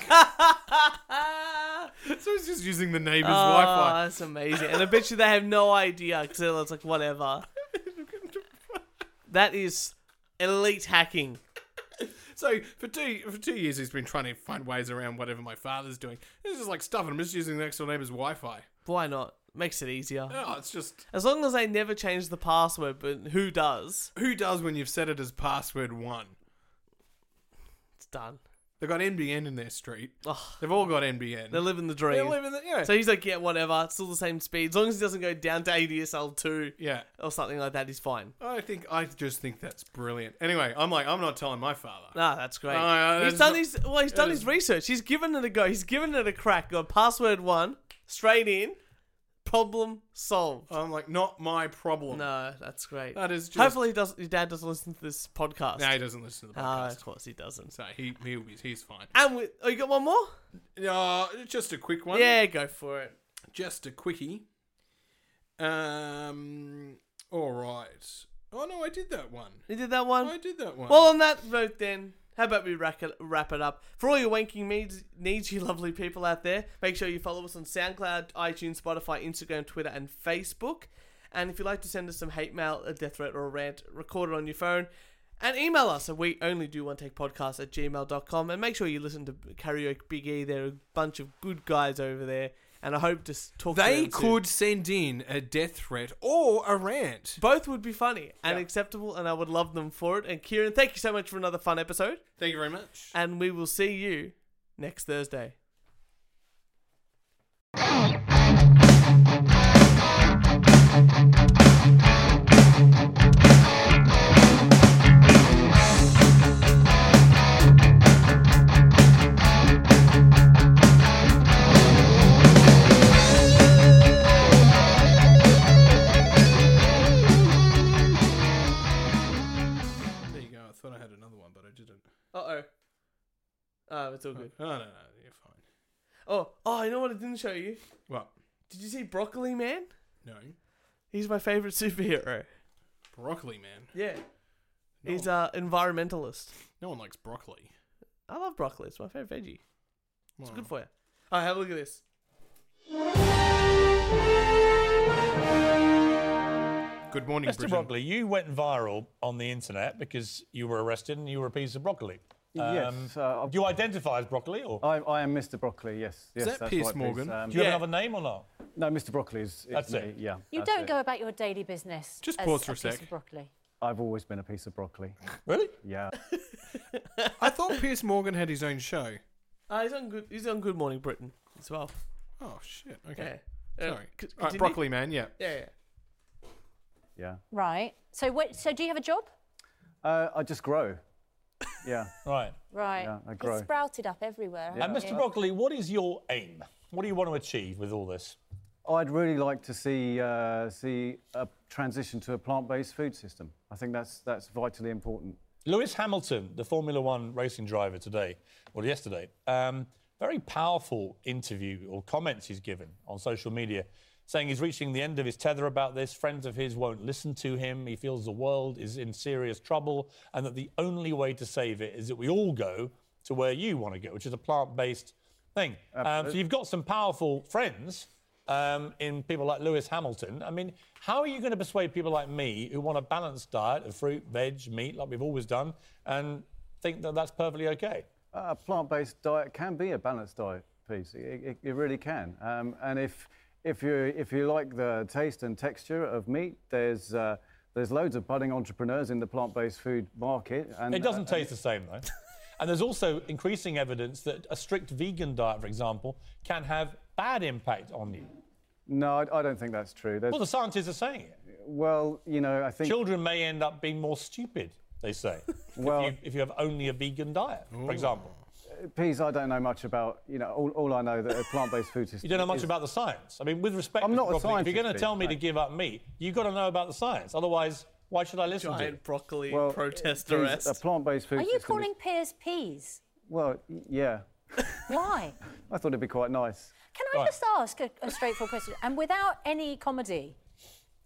Speaker 2: So he's just using the neighbor's
Speaker 1: oh,
Speaker 2: Wi-Fi.
Speaker 1: that's amazing. And I bet you they have no idea because it's like, whatever. That is elite hacking.
Speaker 2: So for two for two years, he's been trying to find ways around whatever my father's doing. He's just like stuff. I'm just using the next door neighbor's Wi-Fi.
Speaker 1: Why not? Makes it easier.
Speaker 2: Oh, it's just
Speaker 1: As long as they never change the password, but who does?
Speaker 2: Who does when you've set it as password one?
Speaker 1: It's done.
Speaker 2: They've got NBN in their street.
Speaker 1: Oh,
Speaker 2: They've all got NBN.
Speaker 1: they're
Speaker 2: They're
Speaker 1: living the dream.
Speaker 2: living the, yeah.
Speaker 1: so he's like, yeah, whatever. It's still the same speed. As long as it doesn't go down to ADSL two
Speaker 2: yeah.
Speaker 1: or something like that, he's fine.
Speaker 2: I think I just think that's brilliant. Anyway, I'm like, I'm not telling my father.
Speaker 1: Ah, that's great.
Speaker 2: No, no,
Speaker 1: he's
Speaker 2: that's
Speaker 1: done
Speaker 2: not-
Speaker 1: his well. He's done his research. He's given it a go. He's given it a crack. Got password one straight in. Problem solved.
Speaker 2: I'm like, not my problem.
Speaker 1: No, that's great.
Speaker 2: Oh. That is just.
Speaker 1: Hopefully, he does your dad doesn't listen to this podcast?
Speaker 2: No, Ah. he doesn't listen to the
Speaker 1: Ah,
Speaker 2: podcast.
Speaker 1: of course he doesn't.
Speaker 2: so he, he'll be, he's fine.
Speaker 1: And we, oh, you got one more?
Speaker 2: Uh, just a quick one.
Speaker 1: Yeah, go for it.
Speaker 2: Just a quickie. Um. All right. Oh, no, I did that one.
Speaker 1: You did that one.
Speaker 2: I did that one.
Speaker 1: Well, on that note, then How about we rack it, wrap it up? For all your wanking needs, needs, you lovely people out there, make sure you follow us on SoundCloud, iTunes, Spotify, Instagram, Twitter, and Facebook. And if you'd like to send us some hate mail, a death threat, or a rant, record it on your phone and email us at we only do one take podcast at gmail.com. And make sure you listen to Karaoke Big E. They're a bunch of good guys over there. And I hope to s- talk to
Speaker 2: They
Speaker 1: them soon.
Speaker 2: could send in a death threat or a rant.
Speaker 1: Both would be funny and acceptable, and I would love them for it. And Kieran, thank you so much for another fun episode,
Speaker 2: Thank you very much.
Speaker 1: and we will see you next Thursday.
Speaker 2: There you go. I thought I had another one, but I didn't.
Speaker 1: Uh oh. Oh, it's all good.
Speaker 2: Oh, no, no. You're fine.
Speaker 1: Oh, oh, I know what I didn't show you.
Speaker 2: Well,
Speaker 1: Did you see Broccoli Man?
Speaker 2: no.
Speaker 1: He's my favorite superhero.
Speaker 2: Broccoli, man.
Speaker 1: Yeah.
Speaker 2: No,
Speaker 1: He's
Speaker 2: one,
Speaker 1: a environmentalist.
Speaker 2: no one likes broccoli.
Speaker 1: I love broccoli. It's my favorite veggie. It's
Speaker 2: Well,
Speaker 1: good for you. All right, have a look at this.
Speaker 2: good morning,
Speaker 5: Mr.
Speaker 2: Britain.
Speaker 5: Broccoli, you went viral on the internet because you were arrested and you were a piece of broccoli.
Speaker 6: Yes, uh,
Speaker 5: Um, do you identify as broccoli or
Speaker 6: I, I am Mr. Broccoli, yes. yes
Speaker 2: that
Speaker 6: that's
Speaker 2: Piers
Speaker 6: right, please.
Speaker 2: Morgan?
Speaker 6: Um,
Speaker 5: do you
Speaker 1: Yeah.
Speaker 5: have another name or not?
Speaker 6: no, Mr. Broccoli is is
Speaker 5: That's
Speaker 6: me,
Speaker 5: it.
Speaker 6: yeah.
Speaker 7: You
Speaker 6: that's
Speaker 7: don't
Speaker 6: it.
Speaker 7: go about your daily business.
Speaker 2: Just
Speaker 7: as
Speaker 2: pause for a
Speaker 7: piece
Speaker 2: sec.
Speaker 7: of broccoli.
Speaker 6: I've always been a piece of broccoli.
Speaker 5: Really?
Speaker 6: Yeah.
Speaker 2: I thought Piers Morgan had his own show.
Speaker 1: Uh, he's on good. He's on Good Morning Britain as well.
Speaker 2: Oh, shit.
Speaker 1: Yeah.
Speaker 2: Okay.
Speaker 1: Uh,
Speaker 2: Sorry.
Speaker 1: c-
Speaker 2: All right,
Speaker 1: continue.
Speaker 2: broccoli, man. Yeah.
Speaker 1: Yeah, yeah.
Speaker 6: Yeah.
Speaker 7: Right. So what? So do you have a job?
Speaker 6: Uh, I just grow. Yeah.
Speaker 5: Right.
Speaker 7: Right.
Speaker 6: Yeah, I
Speaker 7: It's
Speaker 6: grow.
Speaker 7: sprouted up everywhere.
Speaker 5: And Mr. Broccoli, what is your aim? What do you want to achieve with all this?
Speaker 6: I'd really like to see uh, see a transition to a plant-based food system. I think that's that's vitally important.
Speaker 5: Lewis Hamilton, the Formula One racing driver today, or yesterday, um, very powerful interview or comments he's given on social media saying he's reaching the end of his tether about this. Friends of his won't listen to him. He feels the world is in serious trouble and that the only way to save it is that we all go to where you want to go, which is a plant based thing. Um, so you've got some powerful friends. Um, in people like Lewis Hamilton. I mean, how are you going to persuade people like me who want a balanced diet of fruit, veg, meat, like we've always done, and think that that's perfectly okay?
Speaker 6: A plant-based diet can be a balanced diet, piece. It, it, it really can. Um, and if if you if you like the taste and texture of meat, there's uh, there's loads of budding entrepreneurs in the plant-based food market. And uh,
Speaker 5: It doesn't taste the same though. and there's also increasing evidence that a strict vegan diet, for example, can have bad impact on you.
Speaker 6: No, I, I don't think that's true. There's,
Speaker 5: Well,
Speaker 6: well,
Speaker 5: the scientists are saying it.
Speaker 6: you know, I think
Speaker 5: Children may end up being more stupid, they say, if,
Speaker 6: Well-
Speaker 5: you, if you have only a vegan diet, for example.
Speaker 6: peas. I don't know much about. You know, all, all I know that a plant-based food system.
Speaker 5: You don't know much
Speaker 6: is-
Speaker 5: about the science. I mean, with respect,
Speaker 6: I'm
Speaker 5: Mr.
Speaker 6: not a
Speaker 5: Broccoli, if you're
Speaker 6: scientist,
Speaker 5: going to tell me to
Speaker 6: mate.
Speaker 5: give up meat, you've got to know about the science. Otherwise, why should I listen to you?
Speaker 1: Giant broccoli
Speaker 6: Well, uh,
Speaker 1: protest
Speaker 6: peas-
Speaker 1: arrest.
Speaker 6: A plant-based food.
Speaker 7: Are you
Speaker 6: system is-
Speaker 7: calling pears peas?
Speaker 6: Well, y- yeah.
Speaker 7: Why?
Speaker 6: I thought it'd be quite nice.
Speaker 7: Can I
Speaker 5: Right.
Speaker 7: just ask a, a straightforward question? And without any comedy,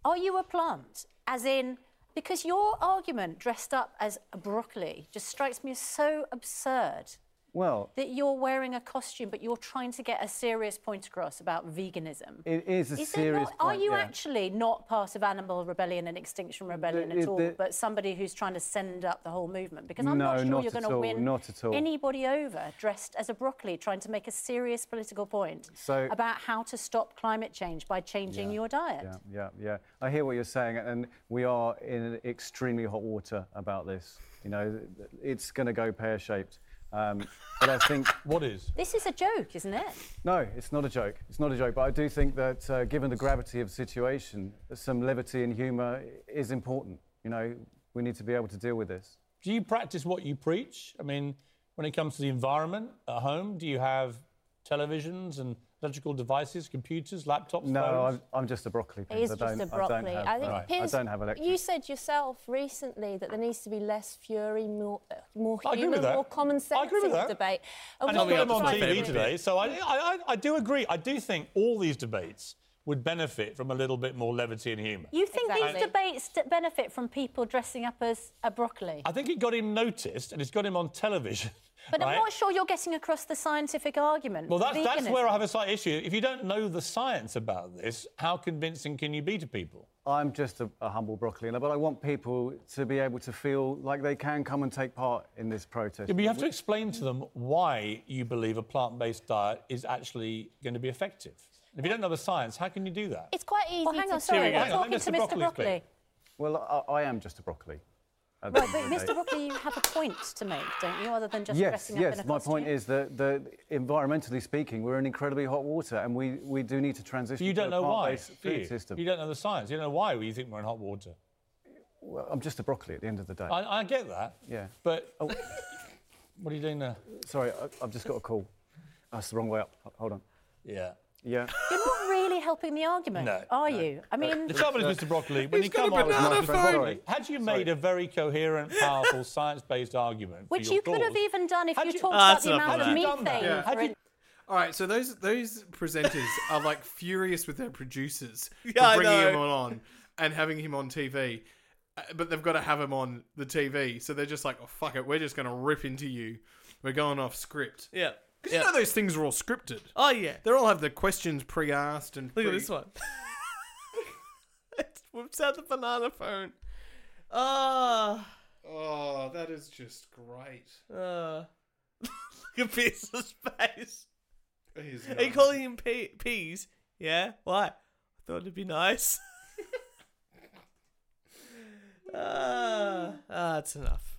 Speaker 7: are you a plant? As in, because your argument dressed up as a broccoli just strikes me as so absurd
Speaker 6: Well,
Speaker 7: that you're wearing a costume, but you're trying to get a serious point across about veganism.
Speaker 6: it is a
Speaker 7: Is there
Speaker 6: serious.
Speaker 7: not, are
Speaker 6: point,
Speaker 7: you
Speaker 6: yeah.
Speaker 7: actually not part of animal rebellion and extinction rebellion
Speaker 6: The-
Speaker 7: at all,
Speaker 6: the-
Speaker 7: but somebody who's trying to send up the whole movement? Because I'm not
Speaker 6: No,
Speaker 7: sure
Speaker 6: not
Speaker 7: you're going
Speaker 6: at
Speaker 7: to
Speaker 6: all,
Speaker 7: win
Speaker 6: not at all.
Speaker 7: anybody over dressed as a broccoli trying to make a serious political point
Speaker 6: So-
Speaker 7: about how to stop climate change by changing your diet.
Speaker 6: Yeah, yeah, yeah. I hear what you're saying, and we are in extremely hot water about this. You know, it's going to go pear-shaped. Um, but I think
Speaker 5: What is?
Speaker 7: This is a joke, isn't it?
Speaker 6: No, it's not a joke. It's not a joke. But I do think that, uh, given the gravity of the situation, some levity and humour is important. You know, we need to be able to deal with this.
Speaker 5: Do you practice what you preach? I mean, when it comes to the environment at home, do you have televisions and electrical devices, computers, laptops,
Speaker 6: No,
Speaker 5: phones?
Speaker 6: I'm, I'm just a broccoli. Pin.
Speaker 8: He's
Speaker 6: I
Speaker 8: just
Speaker 6: don't,
Speaker 8: a
Speaker 6: I,
Speaker 8: broccoli.
Speaker 6: don't have,
Speaker 8: I think
Speaker 6: uh,
Speaker 8: Piers,
Speaker 6: I don't have electric.
Speaker 8: You said yourself recently that there needs to be less fury, more, uh, more
Speaker 5: I agree with
Speaker 8: human,
Speaker 5: that.
Speaker 8: more common sense
Speaker 5: I agree with
Speaker 8: in the
Speaker 5: that.
Speaker 8: debate.
Speaker 5: And
Speaker 8: what
Speaker 5: I've got
Speaker 8: you're
Speaker 5: him on
Speaker 8: trying to
Speaker 5: TV
Speaker 8: do-
Speaker 5: today, so I, I, I, I do agree. I do think all these debates would benefit from a little bit more levity and humour.
Speaker 7: You think
Speaker 8: Exactly.
Speaker 7: these debates d- benefit from people dressing up as a broccoli?
Speaker 5: I think it got him noticed and it's got him on television.
Speaker 7: But
Speaker 5: right?
Speaker 7: I'm not sure you're getting across the scientific argument.
Speaker 5: Well, that's, that's
Speaker 7: Veganism.
Speaker 5: where I have a slight issue. If you don't know the science about this, how convincing can you be to people?
Speaker 6: I'm just a, a humble broccoli, but I want people to be able to feel like they can come and take part in this protest.
Speaker 5: Yeah, but you have to explain to them why you believe a plant based diet is actually going to be effective. If you don't know the science, how can you do that?
Speaker 8: It's quite easy
Speaker 7: Well, hang
Speaker 8: to
Speaker 7: on, sorry,
Speaker 5: go.
Speaker 7: we're
Speaker 5: Hang on,
Speaker 7: talking
Speaker 5: let
Speaker 7: to
Speaker 5: Mr.
Speaker 7: Mr.
Speaker 5: Broccoli
Speaker 7: Broccoli.
Speaker 5: speak.
Speaker 6: Well, I, I am just a broccoli. Uh, at the
Speaker 7: Right, but
Speaker 6: end of the
Speaker 7: Mr.
Speaker 6: day.
Speaker 7: Broccoli, you have a point to make, don't you? Other than just
Speaker 6: Yes,
Speaker 7: dressing up in
Speaker 6: yes.
Speaker 7: a
Speaker 6: My
Speaker 7: costume.
Speaker 6: point is that, that environmentally speaking, we're in incredibly hot water, and we, we do need to transition.
Speaker 5: You don't
Speaker 6: to a
Speaker 5: know why.
Speaker 6: plant-based
Speaker 5: Do
Speaker 6: food
Speaker 5: you?
Speaker 6: system.
Speaker 5: you don't know the science. You don't know why you think we're in hot water.
Speaker 6: Well, I'm just a broccoli at the end of the day.
Speaker 5: I, I get that.
Speaker 6: Yeah.
Speaker 5: But
Speaker 6: Oh.
Speaker 5: what are you doing there?
Speaker 6: Sorry, I, I've just got a call. That's the wrong way up. H- Hold on.
Speaker 5: Yeah.
Speaker 6: Yeah.
Speaker 7: You're not really helping the argument,
Speaker 5: No,
Speaker 7: are you? I mean,
Speaker 5: The trouble is, Mr. Broccoli, when
Speaker 2: He's
Speaker 5: you come
Speaker 2: got a
Speaker 5: up with
Speaker 2: banana
Speaker 5: something-
Speaker 2: phone.
Speaker 6: Sorry.
Speaker 5: had you made a very coherent, powerful, science-based argument, for
Speaker 7: which
Speaker 5: your
Speaker 7: you could have
Speaker 5: cause-
Speaker 7: even done if
Speaker 5: Had
Speaker 7: you
Speaker 5: you-
Speaker 7: talked
Speaker 5: Ah,
Speaker 7: about
Speaker 1: that's
Speaker 7: the
Speaker 1: enough
Speaker 7: amount
Speaker 1: of
Speaker 7: of
Speaker 1: that.
Speaker 5: Done that.
Speaker 7: methane.
Speaker 5: Yeah. Had
Speaker 7: for
Speaker 5: you-
Speaker 7: in-
Speaker 2: All right, so those those presenters are like furious with their producers
Speaker 1: Yeah, I
Speaker 2: for bringing
Speaker 1: know.
Speaker 2: him on and having him on TV, Uh, but they've got to have him on the TV. So they're just like, "Oh fuck it, we're just going to rip into you. We're going off script."
Speaker 1: Yeah.
Speaker 2: 'Cause
Speaker 1: yeah.
Speaker 2: you know those things are all scripted.
Speaker 1: oh yeah.
Speaker 2: They all have the questions pre-asked and
Speaker 1: Look at
Speaker 2: pre-
Speaker 1: this one. it whips out the banana phone. Ah.
Speaker 2: Oh, that is just great.
Speaker 1: Uh, look at Pierce's face.
Speaker 2: He's
Speaker 1: Are you calling him pe- peas? Yeah. Why? I thought it'd be nice. Ah, ah, that's enough.